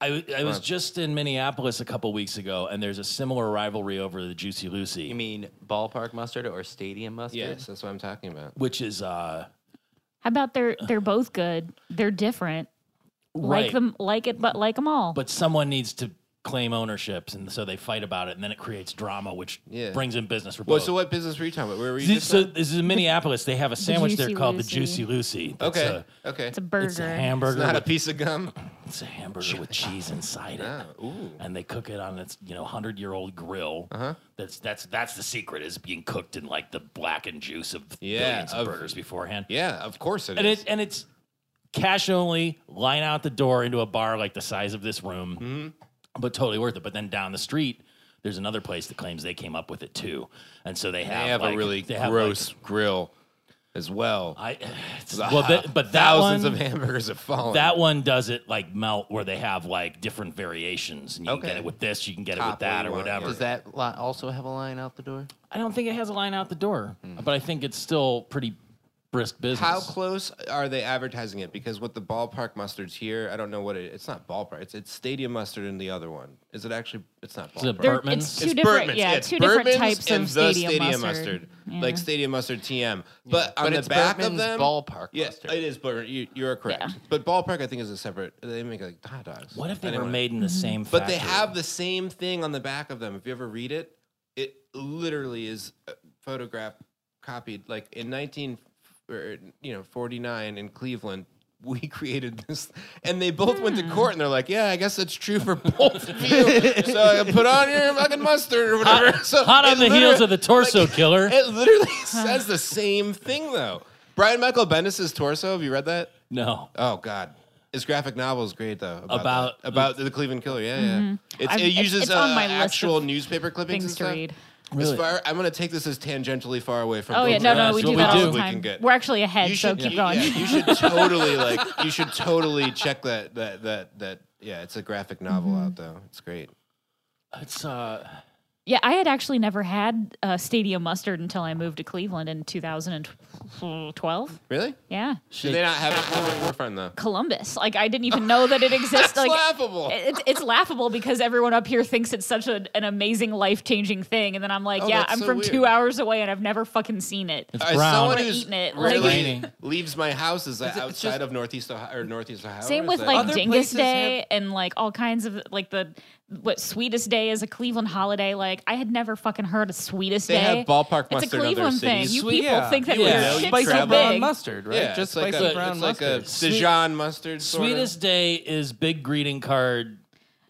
S3: a.
S2: I, I was just in Minneapolis a couple weeks ago, and there's a similar rivalry over the Juicy Lucy.
S4: You mean ballpark mustard or stadium mustard?
S3: yes, that's what I'm talking about.
S2: which is uh
S1: How about they're they're both good. They're different.
S2: right.
S1: Like them, like it, but like them all.
S2: but someone needs to claim ownerships, and so they fight about it, and then it creates drama, which
S3: Yeah.
S2: brings in business for
S3: Well,
S2: both.
S3: so what business were you talking about? Where were you?
S2: This-
S3: just
S2: so
S3: at?
S2: this is in Minneapolis. They have a sandwich there
S1: Juicy
S2: called
S1: Lucy.
S2: the Juicy Lucy. That's
S3: okay,
S2: A,
S3: okay.
S1: it's a burger.
S2: it's a hamburger.
S3: Not a
S2: with,
S3: piece of gum.
S2: it's a hamburger with cheese inside it.
S3: Oh, ooh.
S2: And they cook it on its you know hundred year old grill. Uh-huh. That's that's that's the secret is being cooked in like the blackened juice of
S3: Yeah,
S2: billions of
S3: of-
S2: burgers beforehand.
S3: Yeah, of course it
S2: and
S3: is.
S2: it and it's cash only line out the door into a bar like the size of this room
S3: Mm-hmm.
S2: but totally worth it but then down the street there's another place that claims they came up with it too and so they have,
S3: They have
S2: like-
S3: a really
S2: they have,
S3: gross grill as well.
S2: like, I, [SIGHS]
S3: [LAUGHS]
S2: it's- well that, but that
S3: thousands
S2: one,
S3: of hamburgers have fallen.
S2: that one does it like melt where they have like different variations and you can get
S3: Okay.
S2: it with this you can get it
S3: Top
S2: with that
S3: what
S2: or
S3: you want,
S2: whatever
S3: yeah.
S4: Does that lot also have a line out the door?
S2: i don't think it has a line out the door
S1: Hmm.
S2: but i think it's still pretty brisk business
S3: How close are they advertising it? Because with the ballpark mustards here, I don't know what it. It's not ballpark. It's, it's stadium mustard in the other one. Is it actually? It's not
S2: Is it
S3: ballpark.
S1: They're-
S2: Burtman's?
S1: It's two
S3: it's
S1: different,
S3: Burtman's.
S1: yeah,
S3: it's
S1: two different
S3: Burtman's
S1: types
S3: and
S1: of
S3: the
S1: stadium, mustard.
S3: like
S1: Yeah.
S3: stadium mustard TM. But on
S4: But
S3: the
S4: it's
S3: back of
S4: Burtman's
S3: them,
S4: ballpark mustard.
S3: Yeah, it is Burtman. You, you are correct.
S1: Yeah.
S3: But ballpark, I think, is a separate. They make like hot dogs.
S2: what if they were
S3: Anyway.
S2: made in the same
S3: But they
S2: factory?
S3: have the same thing on the back of them. If you ever read it, it literally is uh, photographed, copied. Like in 19, or, you know, 49 in Cleveland, [LAUGHS] we created this, and they both went to court, and they're like, "Yeah, I guess that's true for [LAUGHS] both of you." so I put on your fucking mustard or whatever. so
S2: hot on
S3: it
S2: the heels
S3: literally-
S2: of the torso killer
S3: It literally [LAUGHS] says the same thing though. Brian Michael Bendis' torso. Have you read that?
S2: no
S3: Oh God. His graphic novel is great though about
S2: About-
S3: about, about the Cleveland Killer. Yeah, yeah. It's,
S1: Mm-hmm. I've-
S3: it
S1: it's-
S3: uses
S1: it's
S3: uh,
S1: on my list
S3: actual
S1: of
S3: newspaper clippings.
S1: things to
S3: and stuff.
S1: read.
S2: Really?
S3: As far, I'm going to take this as tangentially far away from.
S1: oh yeah,
S3: Cleveland.
S1: no, no,
S2: That's
S1: we do
S2: what we
S1: that
S2: do.
S1: all
S3: We
S1: the
S3: can
S1: time.
S3: get-
S1: We're actually ahead,
S3: You
S1: so
S3: should
S1: keep
S3: you-
S1: going.
S3: yeah,
S1: [LAUGHS]
S3: you should totally like. You should totally check that that that that. Yeah, it's a graphic novel
S1: Mm-hmm.
S3: out though. It's great.
S2: it's uh
S1: Yeah, I had actually never had uh, stadium mustard until I moved to Cleveland in 2012.
S3: Really?
S1: Yeah,
S3: Should they not have it for fun though?
S1: Columbus. Like I didn't
S3: [LAUGHS]
S1: even know that it exists. like
S3: laughable.
S1: It's, it's laughable because everyone up here thinks it's such a, an amazing, life changing thing, and then I'm like,
S3: Oh,
S1: yeah,
S3: that's
S1: I'm
S3: so
S1: from
S3: weird.
S1: two hours away, and I've never fucking seen it.
S2: it's
S3: As
S2: brown
S3: someone who's
S1: eating it, like-
S3: really
S2: Raining.
S3: [LAUGHS] leaves my house is that
S4: it's
S3: outside
S4: just-
S3: of Northeast Ohio or Northeast Ohio.
S1: Same
S3: or
S1: with
S3: is
S1: like
S3: that-
S4: Other
S1: Dingus
S4: places
S1: Day and like all kinds of like the what Sweetest Day is a Cleveland holiday. Like I had never fucking heard of Sweetest
S3: They
S1: Day.
S3: have ballpark
S1: it's
S3: mustard
S1: a
S3: in other
S1: Cleveland thing.
S3: cities.
S1: You
S4: Sweet-
S1: people
S4: yeah,
S1: think that
S2: yeah.
S1: we're
S2: Yeah,
S1: shit's
S4: Spicy
S1: so
S4: brown
S1: big.
S4: mustard, right?
S3: Yeah, it's
S4: Just
S3: like
S4: spicy
S3: a,
S4: brown
S3: it's like
S4: mustard.
S3: a Dijon mustard. sorta.
S2: Sweetest day is big greeting card.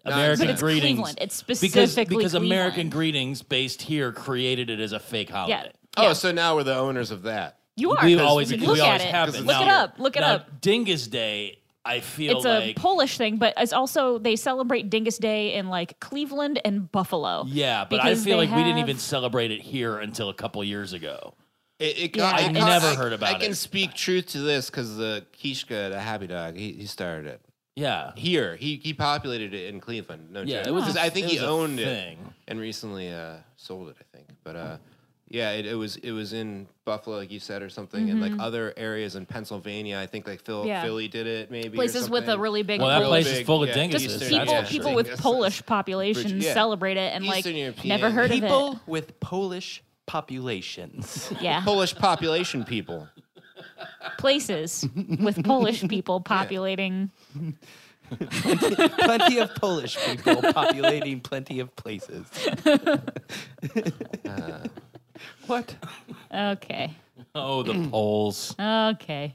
S3: No,
S2: American
S3: but it's
S2: greetings.
S1: Cleveland. It's
S2: because
S1: specifically
S2: because American
S1: Cleveland.
S2: greetings based here created it as a fake
S1: Yeah.
S2: holiday.
S3: Oh,
S1: yeah.
S3: so now we're the owners of that.
S1: you are.
S2: We've always
S1: look
S2: we always
S1: at it.
S2: have been.
S1: Look it
S2: Now-
S1: up. Look it
S2: now,
S1: up.
S2: Dingus Day, I feel
S1: It's a
S2: like
S1: Polish thing, but it's also they celebrate Dingus Day in like Cleveland and Buffalo.
S2: yeah, but I
S1: because
S2: feel
S1: they
S2: like we didn't
S1: have-
S2: even celebrate it here until a couple years ago.
S3: It, it
S1: Yeah,
S3: it
S1: I
S2: never
S3: I-
S2: heard about
S3: I can
S2: it.
S3: speak truth to this because the Kishka, the Happy Dog, he, he started it
S2: Yeah,
S3: here. He he populated it in Cleveland. No
S2: Yeah,
S3: joke.
S2: it was a-
S3: 'Cause I think
S2: it
S3: he
S2: was a
S3: owned
S2: thing.
S3: it and recently uh, sold it. I think, but uh, Yeah, it, it was it was in Buffalo, like you said, or something, and
S2: Mm-hmm.
S3: like other areas in Pennsylvania. I think like Phil,
S1: Yeah.
S3: Philly did it maybe. or
S1: Places with a
S3: something.
S1: really big
S2: Well, that
S1: Polish-
S2: place is full of
S3: yeah,
S2: dinguses.
S1: just
S2: Eastern
S1: people,
S2: European.
S1: people with
S3: Yes.
S1: Polish populations
S3: Yeah.
S1: celebrate it and like
S3: Eastern European.
S1: never heard
S4: People
S1: of
S4: with Polish
S1: [LAUGHS]
S4: populations.
S1: it. Yeah,
S3: Polish population people.
S2: [LAUGHS]
S1: places with Polish people populating.
S4: plenty of Polish
S1: [LAUGHS]
S4: people populating plenty of places. Uh, what?
S1: Okay,
S2: Oh, [CLEARS THROAT] the Poles.
S1: okay.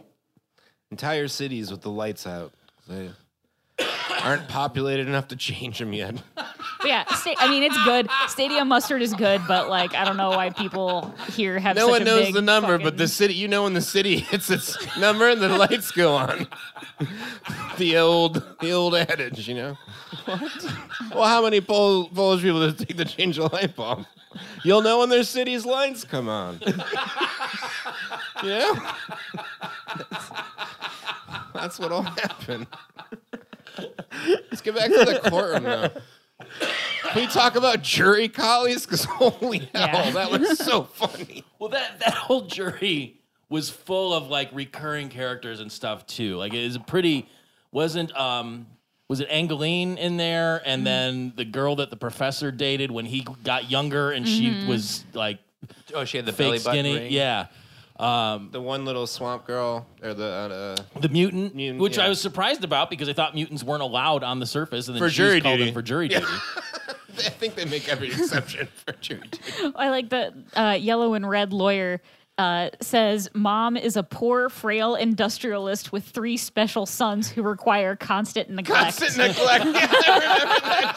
S3: Entire cities with the lights out. They aren't populated enough to change them yet.
S1: But yeah, sta- I mean it's good. Stadium mustard is good, but like I don't know why people here have.
S3: No
S1: such
S3: one
S1: a
S3: knows
S1: big
S3: the number,
S1: fucking-
S3: but the city, you know, when the city [LAUGHS] hits its number and the lights go on. [LAUGHS] the old, the old adage, you know. What? Well, how many Pol- Polish people does it take to change a light bulb? You'll know when their city's lights come on. [LAUGHS] yeah. That's what'll happen. Let's get back to the courtroom now. Can we talk about jury collies? Because [LAUGHS] holy
S1: Yeah.
S3: hell, that was so funny.
S2: Well, that that whole jury was full of like recurring characters and stuff too. Like it was a pretty wasn't um was it Angeline in there and then the girl that the professor dated when he got younger and she was like
S4: Oh, she had the belly
S2: fake
S4: button
S2: skinny.
S4: ring.
S2: Yeah.
S3: the one little swamp girl or the uh, uh,
S2: The mutant,
S3: Mutant,
S2: which I
S3: yeah.
S2: was surprised about because I thought mutants weren't allowed on the surface, and then
S3: For
S2: she
S3: jury
S2: called
S3: duty.
S2: in for jury duty.
S3: [LAUGHS] I think they make every exception [LAUGHS] for
S2: [LAUGHS]
S3: jury duty.
S1: I like the uh, yellow and red lawyer uh, says, Mom is a poor, frail industrialist with three special sons who require constant neglect.
S3: Constant neglect. Yeah,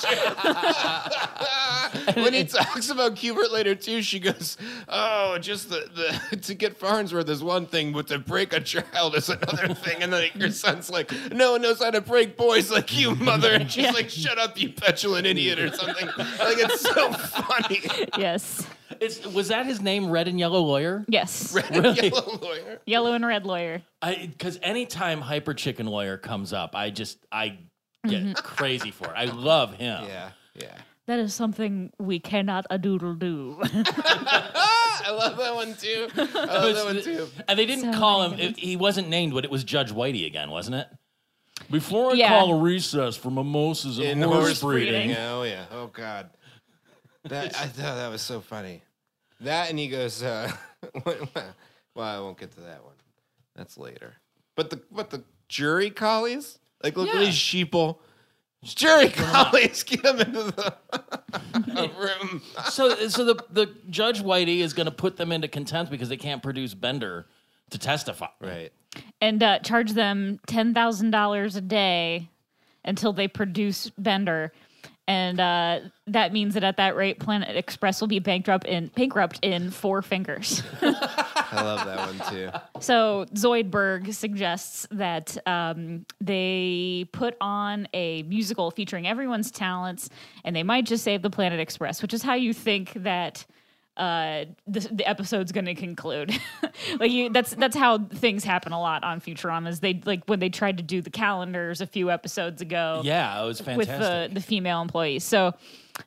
S3: I remember that joke. [LAUGHS] when
S2: [LAUGHS]
S3: he talks about Cubert later too, she goes, "Oh, just the, the [LAUGHS] to get Farnsworth is one thing, but to break a child is another [LAUGHS] thing." And then your son's like, "No one knows how to break boys like you,
S2: [LAUGHS]
S3: mother." And she's like, "Shut up, you petulant idiot," or something. Like it's so [LAUGHS] funny.
S1: [LAUGHS] yes.
S2: It's, was that his name, Red and Yellow Lawyer?
S1: Yes.
S2: Really?
S3: [LAUGHS] Yellow lawyer.
S1: Yellow and red lawyer.
S2: because anytime Hyper Chicken Lawyer comes up, I just I get
S1: Mm-hmm.
S2: crazy for it. I love him.
S3: Yeah, yeah.
S1: That is something we cannot a doodle do. [LAUGHS]
S3: [LAUGHS] I love that one too. I love that one too.
S2: And they didn't
S1: So
S2: call him. It, he wasn't named, but it was Judge Whitey again, wasn't it? Before I
S1: Yeah.
S2: call a recess for mimosas and
S3: in
S2: horse,
S3: horse breeding.
S2: breeding.
S3: Yeah, oh yeah. Oh god. That I thought that was so funny. That and he goes, uh, [LAUGHS] well, I won't get to that one. That's later. But the but the jury collies? Like look at these sheeple. Jury collies get them into the a [LAUGHS] room.
S2: So, so the, the Judge Whitey is going to put them into contempt because they can't produce Bender to testify.
S3: Right.
S1: and uh, charge them $10,000 a day until they produce Bender. And uh, that means that at that rate, Planet Express will be bankrupt in bankrupt in four fingers. [LAUGHS]
S3: I love that one too.
S1: So Zoidberg suggests that um, they put on a musical featuring everyone's talents, and they might just save the Planet Express, which is how you think that uh, the, the episode's going to conclude. [LAUGHS] like you, that's that's how things happen a lot on Futuramas. They like when they tried to do the calendars a few episodes ago
S2: Yeah, it was
S1: with the,
S2: fantastic.
S1: the female employees. So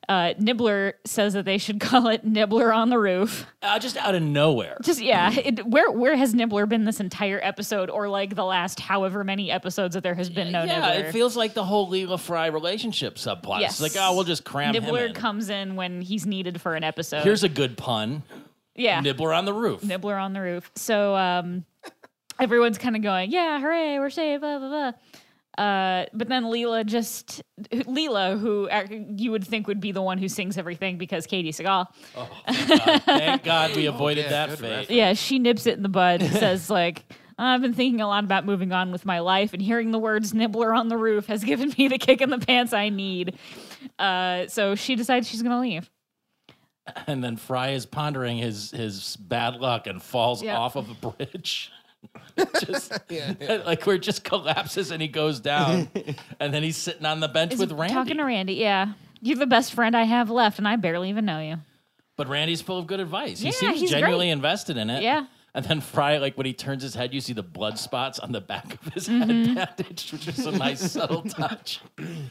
S1: uh, Nibbler says that they should [LAUGHS] call it Nibbler on the Roof.
S2: uh, just out of nowhere.
S1: Just yeah, [LAUGHS] it, where where has Nibbler been this entire episode, or like the last however many episodes that there has been no
S2: yeah,
S1: Nibbler?
S2: it feels like the whole Leela Fry relationship subplot.
S1: Yes.
S2: It's like, oh, we'll just cram
S1: Nibbler
S2: him in.
S1: comes in when he's needed for an episode.
S2: Here's a good pun.
S1: yeah,
S2: Nibbler on the roof.
S1: Nibbler on the roof. So um, everyone's kind of going, yeah, hooray, we're saved, blah blah blah. Uh, but then Leela just Leela, who ac- you would think would be the one who sings everything because Katie Seagal,
S2: Thank God
S1: [LAUGHS]
S2: we avoided
S3: yeah,
S2: that
S3: good
S2: fate.
S3: reference.
S1: Oh, yeah, she nips it in the bud. says [LAUGHS] like, I've been thinking a lot about moving on with my life, and hearing the words "nibbler on the roof" has given me the kick in the pants I need. Uh, so she decides she's gonna leave.
S2: And then Fry is pondering his his bad luck and falls
S1: Yeah.
S2: off of a
S1: [LAUGHS]
S2: bridge. just [LAUGHS] like where it just collapses and he goes down. and then he's sitting on the bench with Randy.
S1: Talking to Randy, yeah, you're the best friend I have left, and I barely even know you.
S2: but Randy's full of good advice.
S1: Yeah,
S2: he seems
S1: he's
S2: genuinely
S1: great.
S2: invested in it.
S1: Yeah.
S2: And then Fry, like when he turns his head, you see the blood spots on the back of his
S1: Mm-hmm.
S2: head bandage, which is a
S1: [LAUGHS]
S2: nice subtle touch.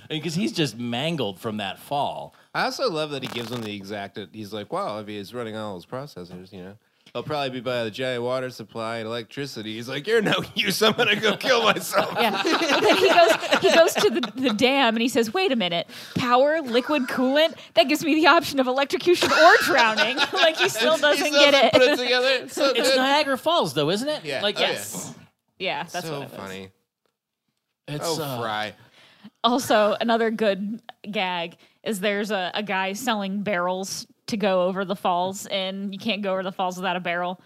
S2: Because he's just mangled from that fall.
S3: I also love that he gives him the exact. He's like, wow, if he's running all those processors, you know, I'll probably be by the giant water supply and electricity. He's like, you're no use. I'm gonna go kill myself.
S2: [LAUGHS]
S1: Yeah. And then he goes he goes to the, the dam and he says, wait a minute, power, liquid coolant? That gives me the option of electrocution or drowning. [LAUGHS] like he still doesn't
S3: He
S1: get
S3: doesn't
S1: [LAUGHS]
S3: Put
S1: it.
S3: it together. It's so
S2: [LAUGHS] It's
S3: good.
S2: Niagara Falls, though, isn't it?
S3: Yeah.
S2: Like,
S3: Oh, yeah.
S2: yes.
S1: Yeah, that's
S3: so
S1: what it was.
S3: funny.
S2: It's,
S3: Oh,
S2: uh,
S3: Fry.
S1: Also, another good gag is there's a, a guy selling barrels to go over the falls, and you can't go over the falls without a barrel.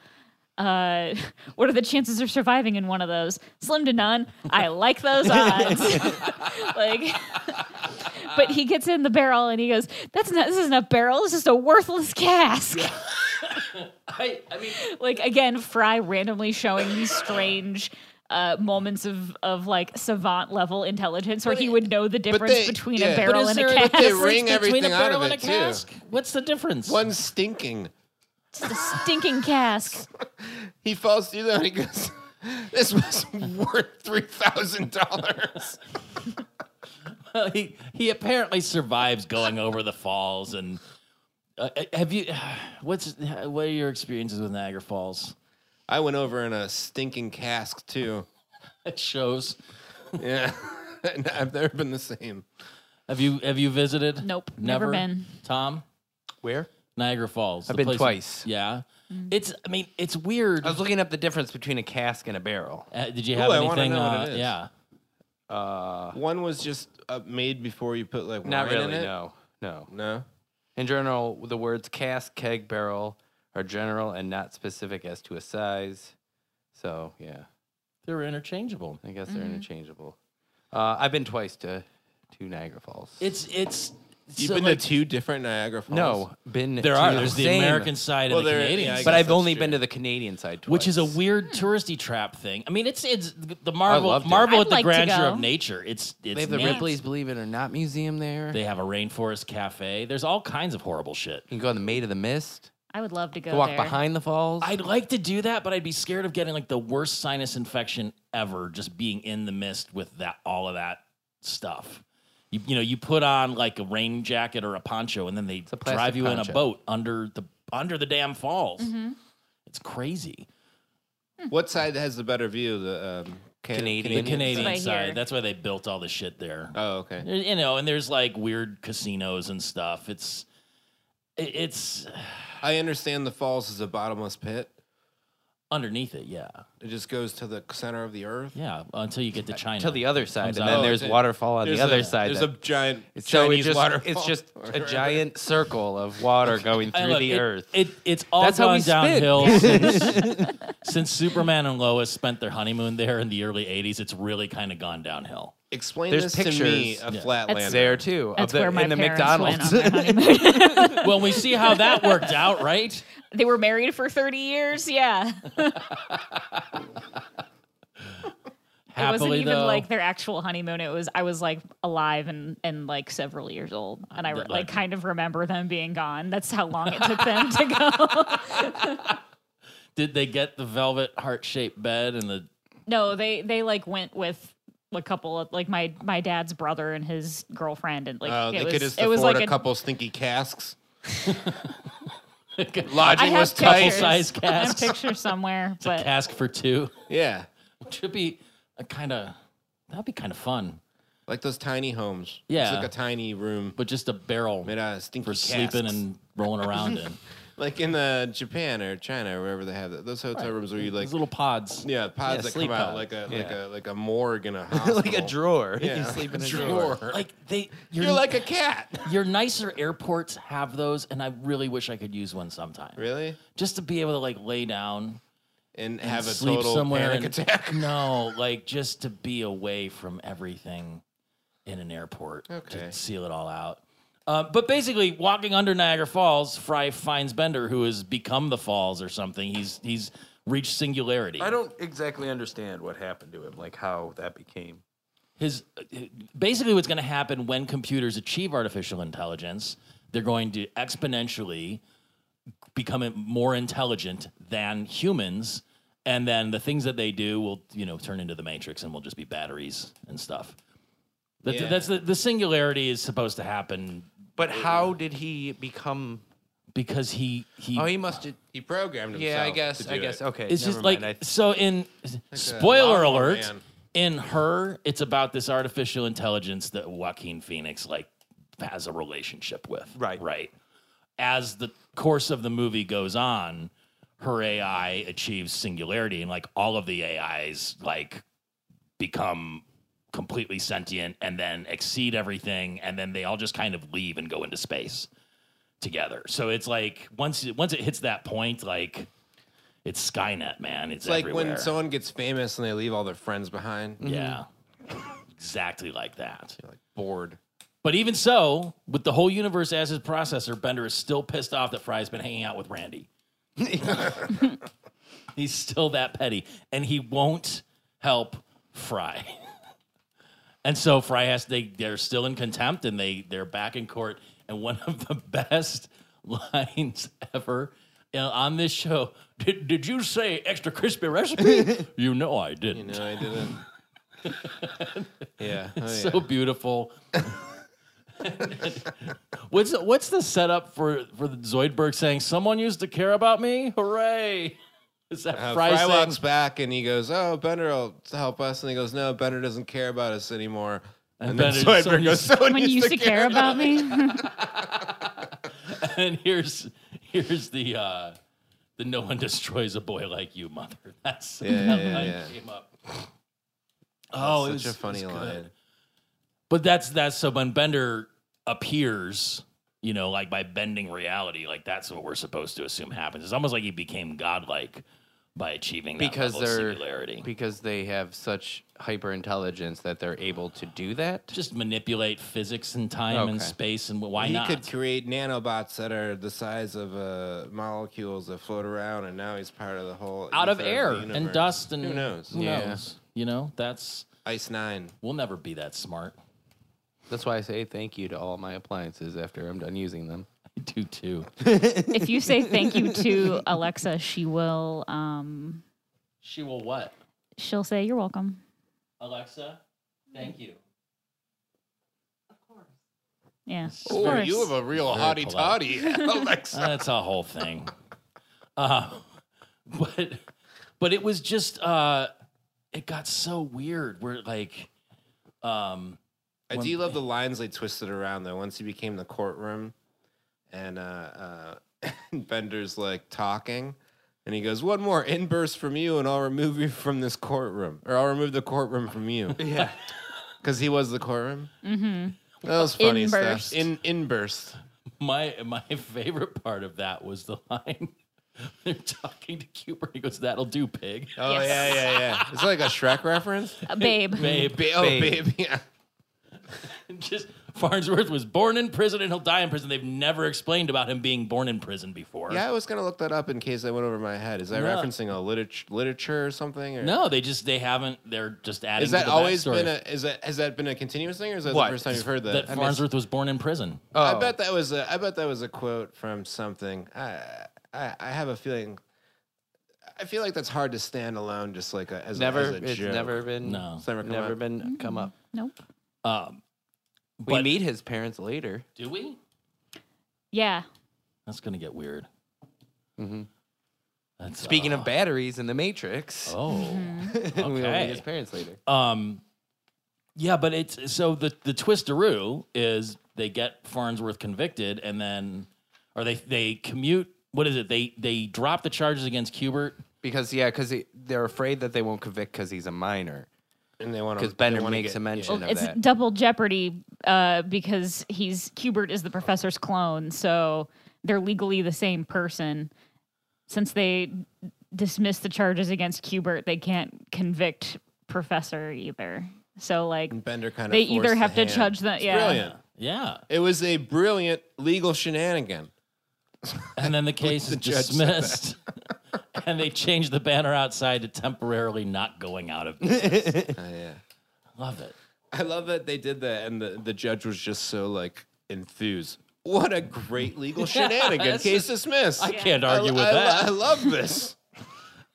S1: Uh, [LAUGHS] what are the chances of surviving in one of those? Slim to none. I like those odds. [LAUGHS] like, [LAUGHS] but he gets in the barrel and he goes, "That's not. This isn't a barrel. This is a worthless cask." [LAUGHS]
S2: I, I mean,
S1: like again fry randomly showing these strange uh, moments of, of like savant level intelligence where he would know the difference
S3: they-
S1: between
S3: yeah.
S1: a
S3: But
S1: barrel
S2: is
S1: and a
S2: there a
S1: cask.
S3: They
S2: difference
S3: wring
S2: between a
S3: everything out
S2: barrel
S3: of
S2: and a
S3: it, too.
S2: cask? What's the difference?
S3: One's stinking.
S1: It's a stinking cask.
S3: He falls through though and he goes, [LAUGHS] This was worth three thousand dollars.
S2: [LAUGHS] he he apparently survives going over the falls and uh, have you [SIGHS] what's what are your experiences with Niagara Falls? [LAUGHS]
S3: I went over in a stinking cask too.
S2: It shows.
S3: Yeah. [LAUGHS] And I've never been the same.
S2: Have you have you visited?
S1: Nope, never been.
S2: Tom
S4: Where?
S2: Niagara Falls. I've
S4: been twice.
S2: Yeah,
S1: Mm.
S2: it's I mean it's weird.
S4: I was looking up the difference between a cask and a barrel.
S2: Uh, did you have
S3: Ooh, I wanna
S2: anything?
S3: know what
S2: uh,
S3: it is.
S2: Yeah,
S3: One was just uh, made before you put like wine
S4: Not
S3: in
S4: really.
S3: it.
S4: No. No.
S3: No?
S4: In general, the words cask, keg, barrel are general and not specific as to a size. So yeah,
S2: they were interchangeable.
S4: I guess
S1: Mm-hmm.
S4: they're interchangeable. Uh, I've been twice to to Niagara Falls.
S2: It's it's.
S3: You've
S2: so,
S3: been
S2: like,
S3: to two different Niagara Falls.
S4: no, been
S2: there
S4: to
S2: are. There's the
S4: same-
S2: American side
S3: Well,
S2: and the
S3: there-
S2: Canadian.
S3: yeah, I
S2: side.
S4: but
S3: guess
S4: I've
S3: that's
S4: only
S3: true.
S4: been to the Canadian side twice,
S2: which is a weird touristy trap thing. I mean, it's it's the marvel
S4: loved it.
S2: marvel
S1: I'd
S2: at the
S1: like to
S2: grandeur
S1: go.
S2: of nature. It's it's
S4: They have the
S2: neat.
S4: Ripley's Believe It or Not museum there.
S2: They have a rainforest cafe. There's all kinds of horrible shit.
S4: you can go on the Maid of the Mist.
S1: I would love to go
S4: You walk
S1: there.
S4: behind the falls.
S2: I'd like to do that, but I'd be scared of getting like the worst sinus infection ever just being in the mist with that all of that stuff. You, you know, you put on like a rain jacket or a poncho, and then they
S4: a plastic
S2: drive you in
S4: poncho.
S2: a boat under the under the damn falls.
S1: Mm-hmm.
S2: It's crazy.
S3: What side has the better view? The um, Can-
S4: Canadian.
S2: The Canadian
S1: Right
S2: side.
S1: here.
S2: That's why they built all the shit there. Uh,
S3: Oh, okay.
S2: you know and there's like weird casinos and stuff it's it- it's
S3: I understand the falls is a bottomless pit.
S2: underneath it yeah
S3: It just goes to the center of the earth.
S2: yeah until you get to china
S4: to the other side,
S2: Comes
S4: and
S2: out.
S4: then
S2: Oh,
S4: there's
S3: it's a-
S4: waterfall on
S3: There's
S4: the other
S3: a-
S4: side.
S3: There's
S4: that-
S3: a giant
S4: so
S3: Chinese
S4: it's just
S3: waterfall.
S2: [LAUGHS]
S4: it's
S3: [LAUGHS]
S4: just a giant circle of water going
S2: I
S4: through
S2: look,
S4: the
S2: it-
S4: earth.
S2: it, it's all
S4: That's how
S2: gone
S4: we spin. [LAUGHS]
S2: downhill since, since superman and lois spent their honeymoon there in the early 80s it's really kind of gone downhill
S3: Explain
S4: There's
S3: this to me,
S4: pictures.
S3: a
S2: Yeah.
S3: flatlander.
S4: there too. of
S1: That's
S4: the-
S1: where my
S4: in the
S1: parents
S4: McDonald's.
S1: went on
S4: [LAUGHS]
S1: their honeymoon.
S2: well we see how that worked
S1: [LAUGHS]
S2: out right
S1: they were married for 30 years. Yeah. it
S2: happily
S1: wasn't even
S2: though
S1: like their actual honeymoon. It was, I was like alive and, and like several years old. And I
S2: That,
S1: re- like
S2: like-
S1: kind of remember them being gone. That's how long it took them to go. [LAUGHS]
S2: did they get the velvet heart-shaped bed and the
S1: No, they they like went with a couple of like my my dad's brother and his girlfriend and like
S3: Oh,
S1: it
S3: they
S1: was
S3: could just
S1: it
S3: afford
S1: was like
S3: a couple stinky casks.
S1: I [LAUGHS]
S2: [LAUGHS]
S3: Lodging
S1: have
S3: was tight.
S1: pictures.
S2: size
S1: I have
S2: casks.
S1: pictures somewhere, but
S2: cask for two
S3: Yeah,
S2: which would be a kind of that'd be kind of fun
S3: like those tiny homes.
S2: Yeah.
S3: it's like a tiny room
S2: but just a barrel
S3: made out of stinky
S2: for
S3: casks.
S2: sleeping and rolling around in.
S3: [LAUGHS] like in uh, Japan or China or wherever they have that. Those hotel rooms where you like
S2: Those little pods.
S3: yeah pods
S2: yeah,
S3: that
S2: sleep
S3: come out
S2: pod.
S3: like a like
S4: Yeah.
S3: a like a morgue
S2: [LAUGHS]
S3: in a hospital.
S4: like a drawer.
S3: Yeah,
S4: You sleep in a
S3: drawer.
S4: drawer.
S2: Like they, your,
S3: You're like a
S2: [LAUGHS]
S3: cat.
S2: your nicer airports have those, and I really wish I could use one sometime.
S3: Really?
S2: Just to be able to like lay down,
S3: And have a
S2: sleep
S3: total
S2: somewhere,
S3: panic
S2: and- [LAUGHS]
S3: attack.
S4: [LAUGHS]
S2: No, like just to be away from everything in an airport.
S3: Okay.
S2: To seal it all out. Uh, but basically, walking under Niagara Falls, Fry finds Bender, who has become the falls or something. He's he's reached singularity.
S4: I don't exactly understand what happened to him, like how that became.
S2: his basically what's going to happen when computers achieve artificial intelligence they're going to exponentially become more intelligent than humans, and then the things that they do will you know turn into the Matrix and will just be batteries and stuff. That,
S3: Yeah.
S2: That's the, the singularity is supposed to happen
S4: But how did he become?
S2: because he he
S4: Oh, he must. have
S3: He programmed himself.
S4: Yeah, I guess.
S3: to
S4: I
S3: do
S4: guess.
S3: it.
S4: Okay,
S2: It's
S4: never
S2: just
S4: mind.
S2: like
S4: I,
S2: so. In spoiler
S3: Lawnmower
S2: alert,
S3: Man.
S2: in her, it's about this artificial intelligence that Joaquin Phoenix like has a relationship with.
S4: Right.
S2: right. As the course of the movie goes on, her AI achieves singularity, and like all of the AIs like become completely sentient and then exceed everything, and then they all just kind of leave and go into space together. So it's like once once it hits that point, like it's Skynet, man. It's,
S3: It's like
S2: everywhere. Mm.
S3: when someone gets famous and they leave all their friends behind.
S2: yeah,
S3: Mm-hmm.
S2: exactly like that.
S3: Like bored.
S2: But even so, with the whole universe as his processor, Bender is still pissed off that Fry's been hanging out with Randy. [LAUGHS] He's still that petty, and he won't help Fry. [LAUGHS] and so Fry has they they're still in contempt, and they they're back in court. And one of the [LAUGHS] best lines ever you know, on this show did, did you say extra crispy recipe? you know I didn't.
S3: You know, I didn't.
S2: [LAUGHS]
S3: yeah. Oh,
S2: so beautiful. what's what's the setup for for the Zoidberg saying someone used to care about me? Hooray! Is that
S3: Uh,
S2: Fry,
S3: Fry
S2: saying-
S3: walks back and he goes, "Oh, Bender will help us," and he goes, "No, Bender doesn't care about us anymore." And, then
S2: Bender-
S3: Zoidberg
S2: someone
S3: goes,
S2: used-
S3: "Someone
S1: When you used to care about me,
S2: [LAUGHS] And here's here's the uh the no one destroys a boy like you, mother. [LAUGHS] That's
S3: Yeah, yeah,
S2: that
S3: yeah,
S2: line
S3: yeah.
S2: came up. Oh,
S3: such
S2: it was-
S3: a
S2: it was
S3: funny
S2: good.
S3: line.
S2: But that's that's so when Bender appears, you know, like by bending reality, like that's what we're supposed to assume happens. It's almost like he became godlike by achieving that
S4: because
S2: level of
S4: they're
S2: singularity.
S4: because they have such hyper intelligence that they're able to do that.
S2: Just manipulate physics and time and
S4: Okay.
S2: space, and why
S3: He
S2: not?
S3: could create nanobots that are the size of uh, molecules that float around, and now he's part of the whole
S2: Out of
S3: ether the
S2: air and
S3: universe.
S2: dust and
S3: Who knows?
S2: Who
S4: Yeah.
S2: knows? You know, that's
S3: Ice Nine.
S2: we'll never be that smart. [LAUGHS]
S4: That's why I say thank you to all my appliances after I'm done using them.
S2: I do too.
S1: if you say thank you to Alexa, she will. Um,
S2: She will what?
S1: she'll say you're welcome.
S2: Alexa, thank you.
S1: Yeah. Of
S5: Oh,
S1: course.
S5: you have a real
S2: Very
S5: hottie
S2: polite.
S5: toddy,
S2: [LAUGHS]
S3: [LAUGHS]
S5: Alexa.
S2: That's a whole thing. Uh, but but it was just uh, it got so weird. Where like um,
S3: I
S2: One-
S3: do love the lines they twisted around though. Once he became the courtroom, and uh, [LAUGHS] uh, Bender's like talking, and he goes, "One more inburst from you, and I'll remove you from this courtroom, or I'll remove the courtroom from you." [LAUGHS] Yeah, because he was the courtroom. Mm-hmm. That was funny
S1: Inburst.
S3: stuff. In inburst.
S2: my my favorite part of that was the line. [LAUGHS] They're talking to Cooper. He goes, "That'll
S3: [LAUGHS]
S2: do, pig."
S3: Oh
S1: Yes.
S3: yeah, yeah, yeah. It's like a Shrek reference.
S1: Uh, babe.
S2: Babe,
S3: Ba- oh,
S4: Babe.
S3: babe. Yeah.
S2: just Farnsworth was born in prison and he'll die in prison. They've never explained about him being born in prison before.
S3: Yeah, I was gonna look that up in case I went over my head. Is that
S2: No.
S3: referencing a literature, literature or something? Or?
S2: No, they just they haven't. They're just adding.
S3: Is that
S2: to the
S3: always
S2: backstory
S3: been a? Is that has that been a continuous thing, or is that
S4: What?
S3: the first time you've heard that?
S2: that Farnsworth was born in prison?
S4: Oh,
S3: I bet that was a. I bet that was a quote from something. I I, I have a feeling. I feel like that's hard to stand alone, just like a, as
S4: Never,
S3: A, as a
S4: it's
S3: joke.
S4: never been,
S2: No.
S3: It's never come
S4: never
S3: up.
S4: been
S1: Mm.
S4: come up.
S1: Nope.
S2: Um,
S4: We
S2: But-
S4: meet his parents later.
S2: do we?
S1: Yeah.
S2: That's gonna get weird.
S3: Mm-hmm.
S2: That's,
S4: Speaking
S2: uh,
S4: of batteries in the [LAUGHS] Matrix,
S2: oh,
S4: we will meet his
S2: okay.
S4: parents later.
S2: Um, yeah, but it's so the the twisteroo is they get Farnsworth convicted, and then or they they commute. What is it? They they drop the charges against Kubert.
S4: Because yeah, because they're afraid that they won't convict because he's a minor.
S3: And they want
S4: Because Bender makes a mention of
S1: Oh, it's
S4: that.
S1: double jeopardy uh, because he's Hubert is the professor's clone, so they're legally the same person. Since they dismiss the charges against Hubert, they can't convict Professor either. So like
S3: Bender kind of.
S1: they either have to judge them. Yeah,
S3: Brilliant.
S2: Yeah,
S3: It was a brilliant legal shenanigan.
S2: and then the case
S3: [LAUGHS]
S2: is
S3: the judge said that.
S2: dismissed, [LAUGHS] and they change the banner outside to temporarily not going out
S3: [LAUGHS]
S2: of business.
S3: Oh, yeah.
S2: Love it.
S3: I love that they did that, and the, the judge was just so like enthused. What a great
S2: [LAUGHS]
S3: legal shenanigan.
S2: That's
S3: Case
S2: just-
S3: dismissed.
S2: I can't argue with
S3: I- I-
S2: that.
S3: I love this.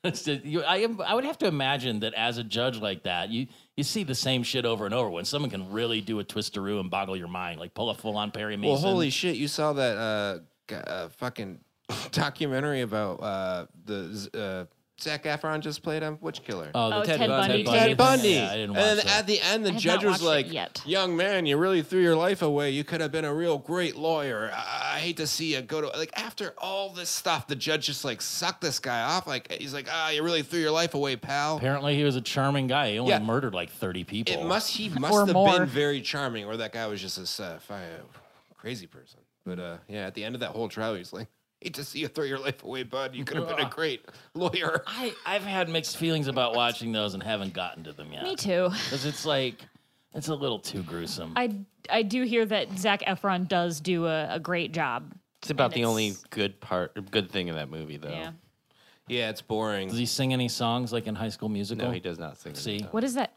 S2: It's just- you- I, am- I would have to imagine that as a judge like that, you, you see the same shit over and over when someone can really do a twisteroo and boggle your mind, like pull a full on Perry Mason.
S3: Well, holy shit! You saw that uh, g- uh, fucking [LAUGHS] documentary about uh, the Z- uh, Zach Efron just played on Witch Killer.
S2: oh, the
S1: Oh,
S2: Ted,
S1: Ted
S2: Bundy.
S1: Bundy.
S3: Ted Bundy.
S2: Yeah, I
S3: and
S2: didn't watch
S3: then
S2: that.
S3: at the end, the
S1: have
S3: judge
S1: not watched
S3: was
S1: it
S3: like,
S1: yet.
S3: "Young man, you really threw your life away. You could have been a real great lawyer. I, I hate to see you go to like after all this stuff. The judge just like sucked this guy off. Like he's like, ah, you really threw your life away, pal.
S2: Apparently, he was a charming guy. He only
S3: Yeah.
S2: murdered like 30 people.
S3: It must he must
S1: Or
S3: have
S1: more.
S3: been very charming, or that guy was just this uh, fi- uh, crazy person. But uh, yeah, at the end of that whole trial, he's like, "Hate to see you throw your life away, bud. You could have
S1: [LAUGHS]
S3: been a great lawyer."
S2: I, I've had mixed feelings about watching those and haven't gotten to them yet.
S1: Me too.
S2: Because it's like, it's a little too gruesome.
S1: I I do hear that Zach Efron does do a, a great job.
S4: It's about the
S1: it's-
S4: only good part, good thing of that movie, though.
S1: Yeah.
S3: Yeah, it's boring.
S2: Does he sing any songs like in High School Musical?
S4: No, he does not sing.
S2: See?
S1: What is that?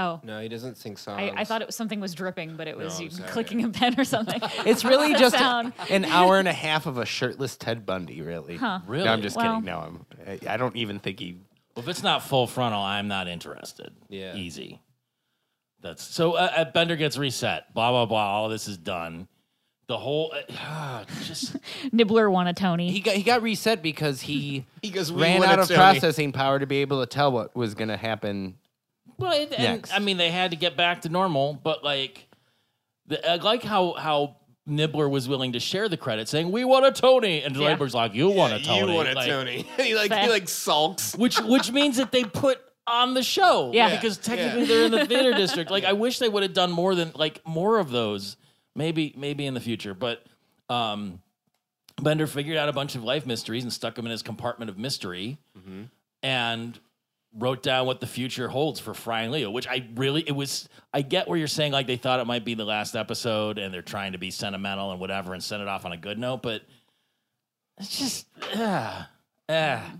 S1: Oh,
S3: No, he doesn't sing songs.
S1: I, I thought it was something was dripping, but it was
S3: I'm
S1: you
S3: sorry.
S1: clicking a pen or something. [LAUGHS]
S4: It's really just a-
S1: sound.
S4: an hour and a half of a shirtless Ted Bundy, really.
S2: Really?
S4: No, I'm just
S1: Well-
S4: kidding. No, I'm. I- I don't even think he.
S2: Well, if it's not full frontal, I'm not interested.
S3: Yeah.
S2: Easy. That's so. Uh, uh, Bender gets reset. Blah blah blah. All this is done. The whole uh, ah, just
S1: Nibbler won a Tony.
S4: He got he got reset
S3: [LAUGHS]
S4: because he
S3: Because we
S4: ran
S3: won
S4: out
S3: a
S4: of
S3: Tony.
S4: processing power to be able to tell what was going to happen.
S2: well. And, and,
S4: Next.
S2: I mean, they had to get back to normal, but like, the, I like how how Nibbler was willing to share the credit, saying we want a Tony, and
S1: Yeah.
S2: Nibbler's like, you want a
S3: you
S2: Tony,
S3: want a
S2: Like,
S3: Tony. [LAUGHS] he
S1: [LAUGHS]
S3: like
S1: Fair.
S3: he like sulks.
S2: which which means that they put on the show,
S1: Yeah.
S2: because
S3: Yeah.
S2: technically they're in the theater district. Like, I wish they would have done more than like more of those. Maybe maybe in the future, but um, Bender figured out a bunch of life mysteries and stuck them in his compartment of mystery, and wrote down what the future holds for Fry and Leo. Which I really it was. I get where you're saying like they thought it might be the last episode, and they're trying to be sentimental and whatever, and send it off on a good note, but. It's just, ah, ah.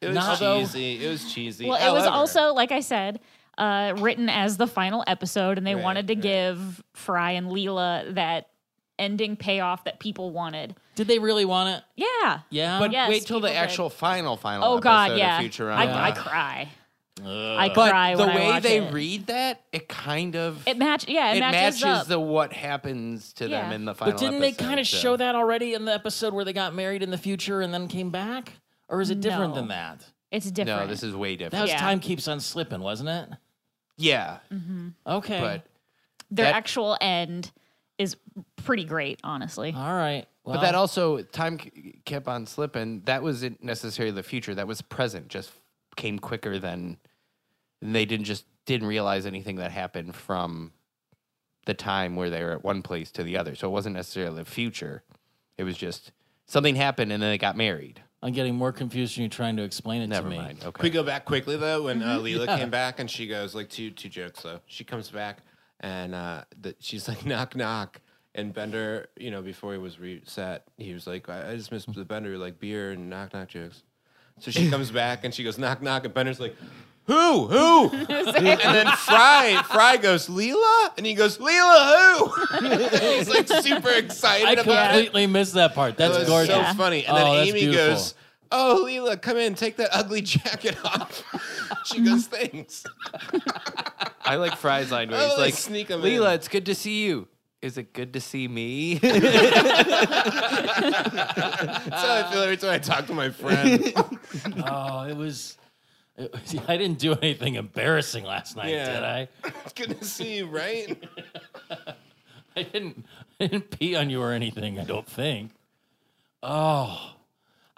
S3: It was
S2: Not-
S3: cheesy. It was cheesy.
S1: Well, it was
S3: However-
S1: also, like I said, uh, written as the final episode, and they
S3: Right,
S1: wanted to
S3: right.
S1: give Fry and Leela that ending payoff that people wanted.
S2: Did they really want it?
S1: Yeah.
S2: Yeah.
S4: But
S1: Yes,
S4: wait till the
S1: people did.
S4: actual final final.
S1: Oh God,
S4: episode
S1: yeah.
S4: Of Futurama.
S1: I, I cry. I
S4: but
S1: cry
S4: the
S1: when I
S4: way
S1: watch
S4: they
S1: it.
S4: read that, it kind of
S1: it match. Yeah, it,
S4: it
S1: matches,
S4: matches,
S1: up.
S4: the what happens to
S1: Yeah.
S4: them in the final.
S2: but didn't they kind of show that already in the episode where they got married in the future and then came back? Or is it different
S1: No.
S2: than that?
S1: it's different.
S4: No, this is way
S2: That
S4: different.
S2: was
S1: Yeah.
S2: time keeps on slipping, wasn't it?
S4: yeah,
S2: Okay.
S4: but
S1: Their
S4: that-
S1: actual end is pretty great, honestly.
S2: All right.
S4: but
S2: Well,
S4: that also time c- kept on slipping. That wasn't necessarily the future. That was present. Just came quicker than and they didn't just didn't realize anything that happened from the time where they were at one place to the other. So it wasn't necessarily the future. It was just something happened and then they got married.
S2: I'm getting more confused than you trying to explain it
S4: Never
S2: to me.
S4: mind. Okay.
S3: Can we go back quickly though? When uh, Leela came back and she goes like two two jokes though. She comes back and uh, the, she's like [LAUGHS] knock knock. And Bender, you know, before he was reset, he was like, I, I just miss the Bender like beer and knock knock jokes. So she comes back and she goes knock knock, and Bender's like, who who?
S2: [LAUGHS]
S3: and then Fry Fry goes Leela, and he goes Leela who? [LAUGHS] He's like super excited
S2: I
S3: about it.
S2: completely missed that part. That's
S3: It was
S2: gorgeous.
S3: so funny. And
S2: Oh,
S3: then
S2: that's
S3: Amy
S2: beautiful.
S3: goes, Oh, Leela, come in, take that ugly [LAUGHS] jacket off. [LAUGHS] she goes, Thanks.
S4: I like
S3: [LAUGHS]
S4: Fry's line where
S3: Oh,
S4: he's
S3: they
S4: like,
S3: sneak 'em
S4: Leela,
S3: in."
S4: it's good to see you. Is it good to see me? [LAUGHS]
S3: That's how I feel every time I talk to my
S2: [LAUGHS]
S3: friend. [LAUGHS]
S2: Oh, it was. It was [LAUGHS] I didn't do anything embarrassing last night,
S3: Yeah.
S2: did I?
S3: it's good to see you, right?
S2: I didn't I didn't pee on you or anything, I don't think. Oh.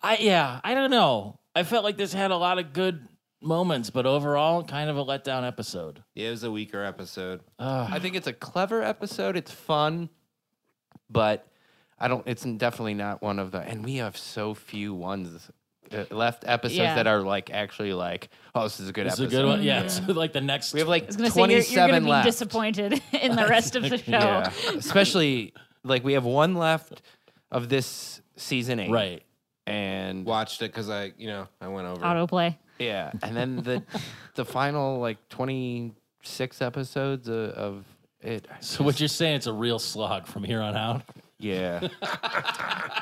S2: I yeah, I don't know. I felt like this had a lot of good moments, but overall kind of a letdown episode.
S3: Yeah, it was a weaker episode.
S2: Uh, Ah.
S4: I think it's a clever episode. It's fun, but I don't. It's definitely not one of the. And we have so few ones uh, left episodes
S1: Yeah.
S4: that are like actually like, oh, this is a good
S2: It's a
S4: episode. Mm-hmm.
S2: good one. Yeah, it's like the next
S4: We have like
S1: I was gonna say you're,
S4: twenty
S1: you're gonna
S4: seven
S1: be
S4: left.
S1: disappointed [LAUGHS] in the rest of the show.
S4: [LAUGHS]
S1: [LAUGHS]
S4: Yeah, especially like we have one left of this season eight,
S2: right.
S4: And
S3: Watched it because I, you know, I went over. it.
S1: Autoplay.
S4: [LAUGHS] Yeah, and then the the final like twenty six episodes of, of It,
S2: So what you're saying? It's a real slog from here on out.
S4: [LAUGHS] yeah.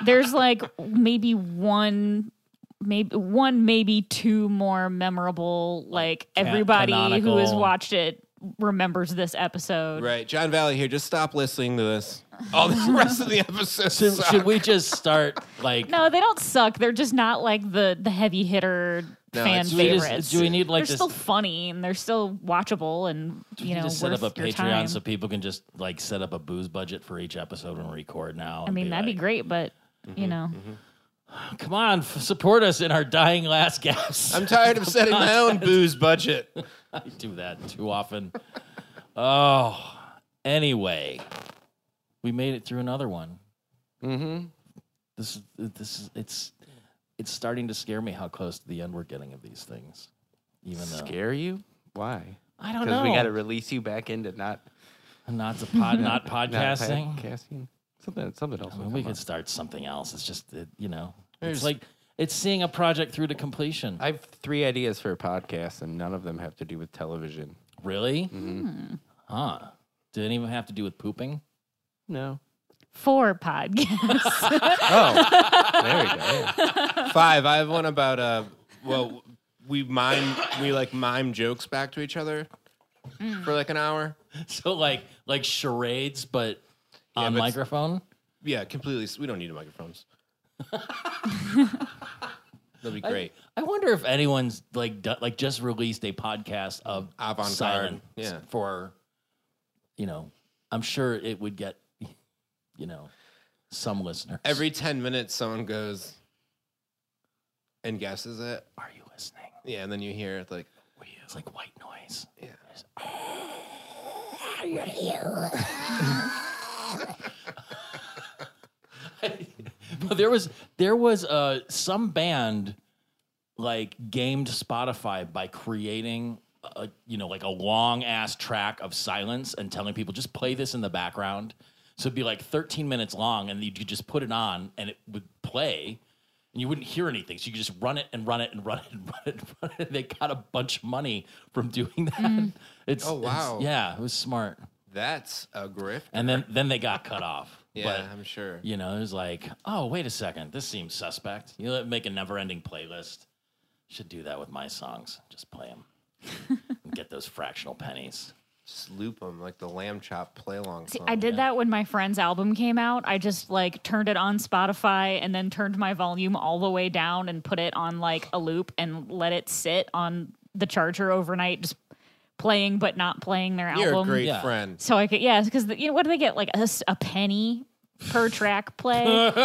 S1: There's like maybe one, maybe one, maybe two more memorable. Like everybody who has
S2: canonical.
S1: watched it remembers this episode.
S3: Right, John Valley here. Just stop listening to this. All the rest of the episode.
S2: Should, should we just start like?
S1: No, they don't suck. They're just not like the the heavy hitter
S3: No,
S1: fan
S3: it's-
S2: do we just-
S1: favorites.
S2: do we need like
S1: they're
S2: this?
S1: still funny and they're still watchable and you
S2: we
S1: know
S2: just set up
S1: worth
S2: a
S1: your
S2: Patreon
S1: time.
S2: so people can just like set up a booze budget for each episode and mm-hmm, record now.
S1: I mean, that'd be great, but you know,
S2: great. Come on, f- support us in our dying last gasps.
S3: I'm
S2: [LAUGHS]
S3: tired of setting my own booze budget.
S2: I do that too often. oh, anyway, we made it through another one.
S4: Mm-hmm.
S2: This is this is it's it's starting to scare me how close to the end we're getting of these things. Even though
S4: Scare you? Why?
S2: I don't know,
S4: Because we got to release you back into not
S2: not to
S4: [LAUGHS]
S2: pod, not podcasting.
S4: Not podcasting. Something, something else.
S2: I mean,
S4: will
S2: we
S4: come
S2: could
S4: up.
S2: start something else. It's just it, you know,
S3: There's-
S2: it's like it's seeing a project through to completion.
S4: I have three ideas for a podcast, and none of them have to do with television.
S2: really?
S4: Mm-hmm.
S2: Huh? Didn't even have to do with pooping.
S4: No.
S1: four podcasts.
S4: Oh, there we go. [LAUGHS] yeah.
S3: Five. I have one about uh. Well, we mime. We like mime jokes back to each other
S2: Mm.
S3: for like an hour.
S2: [LAUGHS] So like like charades, but on
S3: but-
S2: microphone.
S3: Yeah, completely. s- We don't need
S2: [LAUGHS]
S3: microphones. That'd be
S2: I-
S3: great.
S2: I, wonder if anyone's like do, like just released a podcast of
S3: Avant-garde,
S2: silence
S3: yeah.
S2: for you know. I'm sure it would get you know some listeners.
S3: Every ten minutes, someone goes and guesses it.
S2: are you listening?
S3: Yeah, and then you hear it like,
S2: It's like white noise. "Oh,
S3: yeah.
S2: [LAUGHS] [LAUGHS] But there was there was uh, some band like gamed Spotify by creating a you know like a long ass track of silence and telling people just play this in the background. So it'd be like 13 minutes long, and you could just put it on and it would play, and you wouldn't hear anything. So you could just run it and run it and run it and [LAUGHS] run it. And run it. They got a bunch of money from doing that. It's
S3: Oh,
S2: it's-
S3: wow.
S2: yeah, it was smart.
S3: That's a grift.
S2: And then then they got cut off.
S3: Yeah,
S2: But-
S3: I'm sure.
S2: you know, it was like, oh, wait a second, this seems suspect. You know, make a never-ending playlist. Should do that with my songs. Just play them.
S1: [LAUGHS]
S2: and get those fractional pennies.
S3: Just loop them like the lamb chop play along
S1: See,
S3: song.
S1: I did that when my friend's album came out. I just like turned it on Spotify and then turned my volume all the way down and put it on like a loop and let it sit on the charger overnight, just playing but not playing their
S3: You're
S1: album.
S3: a great
S2: Yeah.
S3: friend.
S1: So I could, yeah, because you know what do they get? Like a, s- a penny per track play, even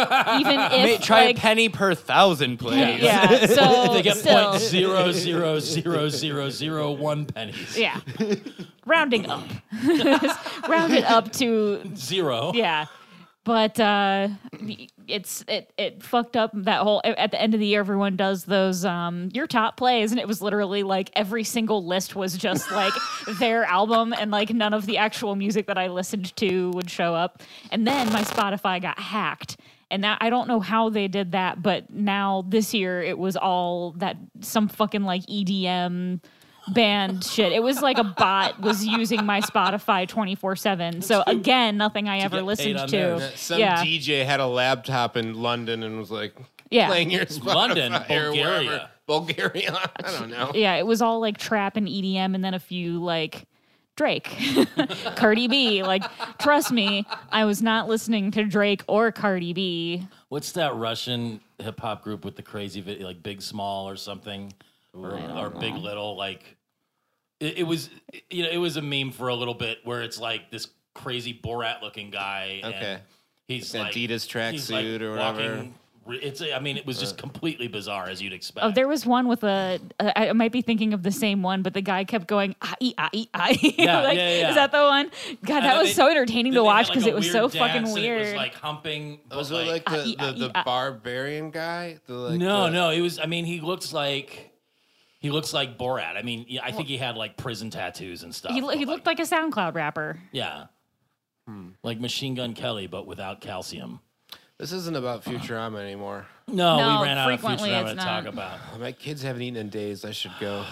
S4: May-
S1: if
S4: try
S1: like,
S4: a penny per thousand, please.
S1: Yeah, Oh, so
S2: They get
S1: still,
S2: point zero zero zero zero zero one pennies.
S1: yeah, rounding up, [LAUGHS] round it up to
S2: Zero.
S1: yeah. But uh, it's it it fucked up that whole. At the end of the year, everyone does those um your top plays, and it was literally like every single list was just
S2: [LAUGHS]
S1: like their album, and like none of the actual music that I listened to would show up. And then my Spotify got hacked, and now I don't know how they did that, but now this year it was all that some fucking like EDM band shit. It was like a bot was using my Spotify 24/7. So again, nothing I ever
S2: get paid
S1: listened
S2: on
S1: to.
S2: theirs.
S3: Some
S1: yeah.
S3: DJ had a laptop in London and was like
S1: Yeah.
S3: playing your Spotify
S2: London,
S3: or wherever.
S2: Bulgaria.
S3: Bulgaria. [LAUGHS] I don't know.
S1: yeah, it was all like trap and EDM and then a few like Drake, [LAUGHS] Cardi B. Like trust me, I was not listening to Drake or Cardi B.
S2: What's that Russian hip hop group with the crazy video, like Big Small or something, or, or Big Little? Like it, it was, you know, it was a meme for a little bit where it's like this crazy Borat looking guy.
S3: Okay.
S2: and he's
S3: An
S2: like
S3: Adidas
S2: he's, like,
S3: tracksuit or whatever. Uh.
S2: walking- It's, I mean, it was just completely bizarre as you'd expect.
S1: Oh, there was one with a. I I might be thinking of the same one, but the guy kept going "ai ai ai." [LAUGHS]
S2: Yeah,
S1: like,
S2: yeah, yeah.
S1: Is that the one? God,
S2: And
S1: that
S2: then
S1: was
S2: they-
S1: so entertaining to
S2: Then they had,
S1: watch
S2: like,
S1: because
S2: a
S1: it was
S2: weird
S1: so
S2: dance,
S1: fucking
S2: and
S1: weird.
S2: It was like humping. but,
S3: Was it like the,
S1: Ah,
S3: the, the
S1: ah, ah.
S3: barbarian guy? The, like,
S2: no,
S3: the-
S2: no, it was. I mean, he looks like he looks like Borat. I mean, yeah, I think he had like prison tattoos and stuff.
S1: he,
S2: but,
S1: lo- he looked like a SoundCloud rapper.
S2: yeah,
S3: Hmm.
S2: like Machine Gun Kelly, but without calcium.
S3: This isn't about Futurama anymore. [SIGHS]
S2: No,
S1: No,
S2: we ran out of
S1: frequently
S2: Futurama
S1: it's
S2: to talk
S1: not.
S2: about. [SIGHS]
S3: Oh, My kids haven't eaten in days. I should go.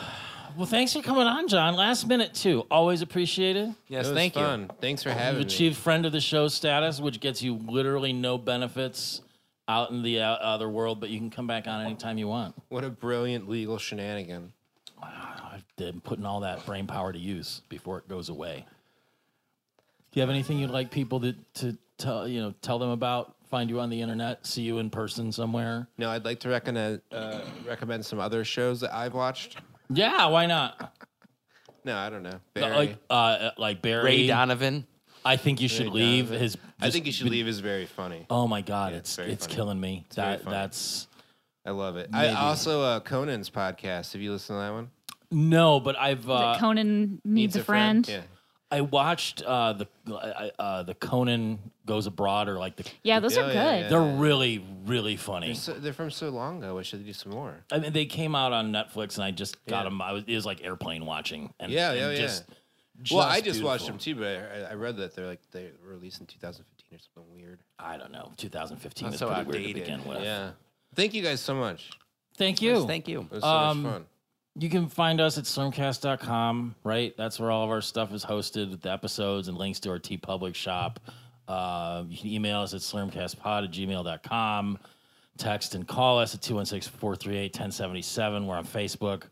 S2: Well, thanks for coming on, John. Last minute too. Always appreciated.
S4: Yes,
S3: It was
S4: thank you.
S3: fun. Thanks for having
S2: You've
S3: me.
S2: achieved friend of the show status, which gets you literally no benefits out in the uh, other world, but you can come back on anytime you want.
S3: What a brilliant legal shenanigan.
S2: I've been putting all that brain power to use before it goes away. Do you have anything you'd like people to, to tell you know tell them about? Find you on the internet, see you in person somewhere.
S3: No, I'd like to recommend uh, recommend some other shows that I've watched.
S2: Yeah, why not?
S3: No, I don't know. Barry.
S2: Like uh, like Barry.
S4: Ray Donovan.
S2: I think you should leave
S3: Donovan.
S2: his.
S3: I think you should leave is very funny.
S2: Oh my god,
S3: it's
S2: it's
S3: very
S2: it's
S3: funny.
S2: killing me.
S3: very
S2: that
S3: funny.
S2: that's
S3: I love it. I also uh, Conan's podcast. Have you listened to that one?
S2: no, but I've uh,
S1: Conan needs, a friend.
S3: Yeah.
S2: I watched uh, the uh, uh, the Conan goes abroad or like the
S1: Yeah, those are
S3: Oh,
S1: good.
S3: yeah, yeah.
S2: they're really really funny.
S3: So, they're from so long ago. I should do some more.
S2: I mean, they came out on Netflix, and I just got
S3: Yeah.
S2: them. I was, it was like airplane watching. And,
S3: Yeah,
S2: and
S3: yeah, yeah.
S2: Just,
S3: well, I just watched them
S2: beautiful.
S3: too, but I, I read that they're like they were released in 2015 or something weird.
S2: I don't know. 2015 is
S4: so
S2: pretty weird
S4: outdated.
S2: to begin with.
S3: Yeah. Thank you guys so much.
S2: Thank you.
S4: Yes, thank you.
S3: It was so
S2: Um,
S3: much fun.
S2: You can find us at slurmcast.com, right? That's where all of our stuff is hosted with the episodes and links to our T Public shop. Uh, you can email us at slurmcastpod at gmail.com. Text and call us at 216 438 1077. We're on Facebook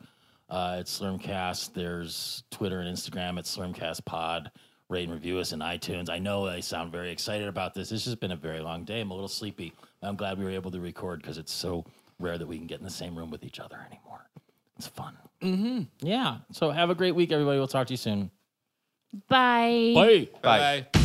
S2: uh, at Slurmcast. There's Twitter and Instagram at slurmcastpod. Rate and review us in iTunes. I know I sound very excited about this. It's just been a very long day. I'm a little sleepy. I'm glad we were able to record because it's so rare that we can get in the same room with each other anymore. It's fun. Mm-hmm. Yeah. So have a great week, everybody. We'll talk to you soon.
S1: Bye.
S2: Bye.
S3: Bye.